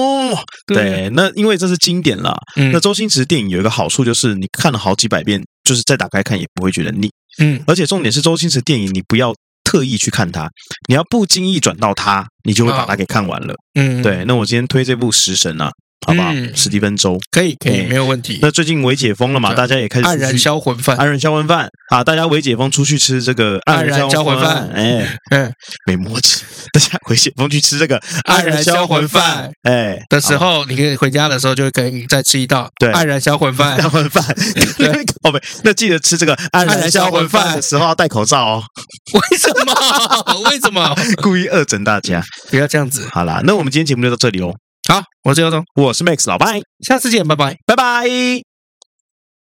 对，那因为这是经典啦，
嗯
那周星驰电影有一个好处就是你看了好几百遍，就是再打开看也不会觉得腻，
嗯，
而且重点是周星驰电影你不要。特意去看它，你要不经意转到它，你就会
啊
把它给看完了。
嗯，，
对，那我今天推这部《食神》啊，好不好？
嗯
史蒂芬周。
可以可以，
嗯
没有问题。
那最近微解封了嘛，
对
大家也开始
黯然
出去
销魂饭，
黯然销魂饭啊！大家微解封出去吃这个
黯然销
销
魂
饭，哎，
嗯，
没默契。 大家微解封去吃这个
黯然销魂饭，
哎，
的时
好吧。
候，你可以回家的时候就可以再吃一道
对
黯然销魂饭。
销魂 饭， 哦不，那记得吃这个黯
然
然
销
销
魂
魂饭
饭
的时候要戴口罩哦，
为什么？为什么？
故意恶整大家。
不要这样子。
好啦，那我们今天节目就到这里喽，
好，我是尤东，
我是 Max 老白，
下次见，拜拜。
拜拜。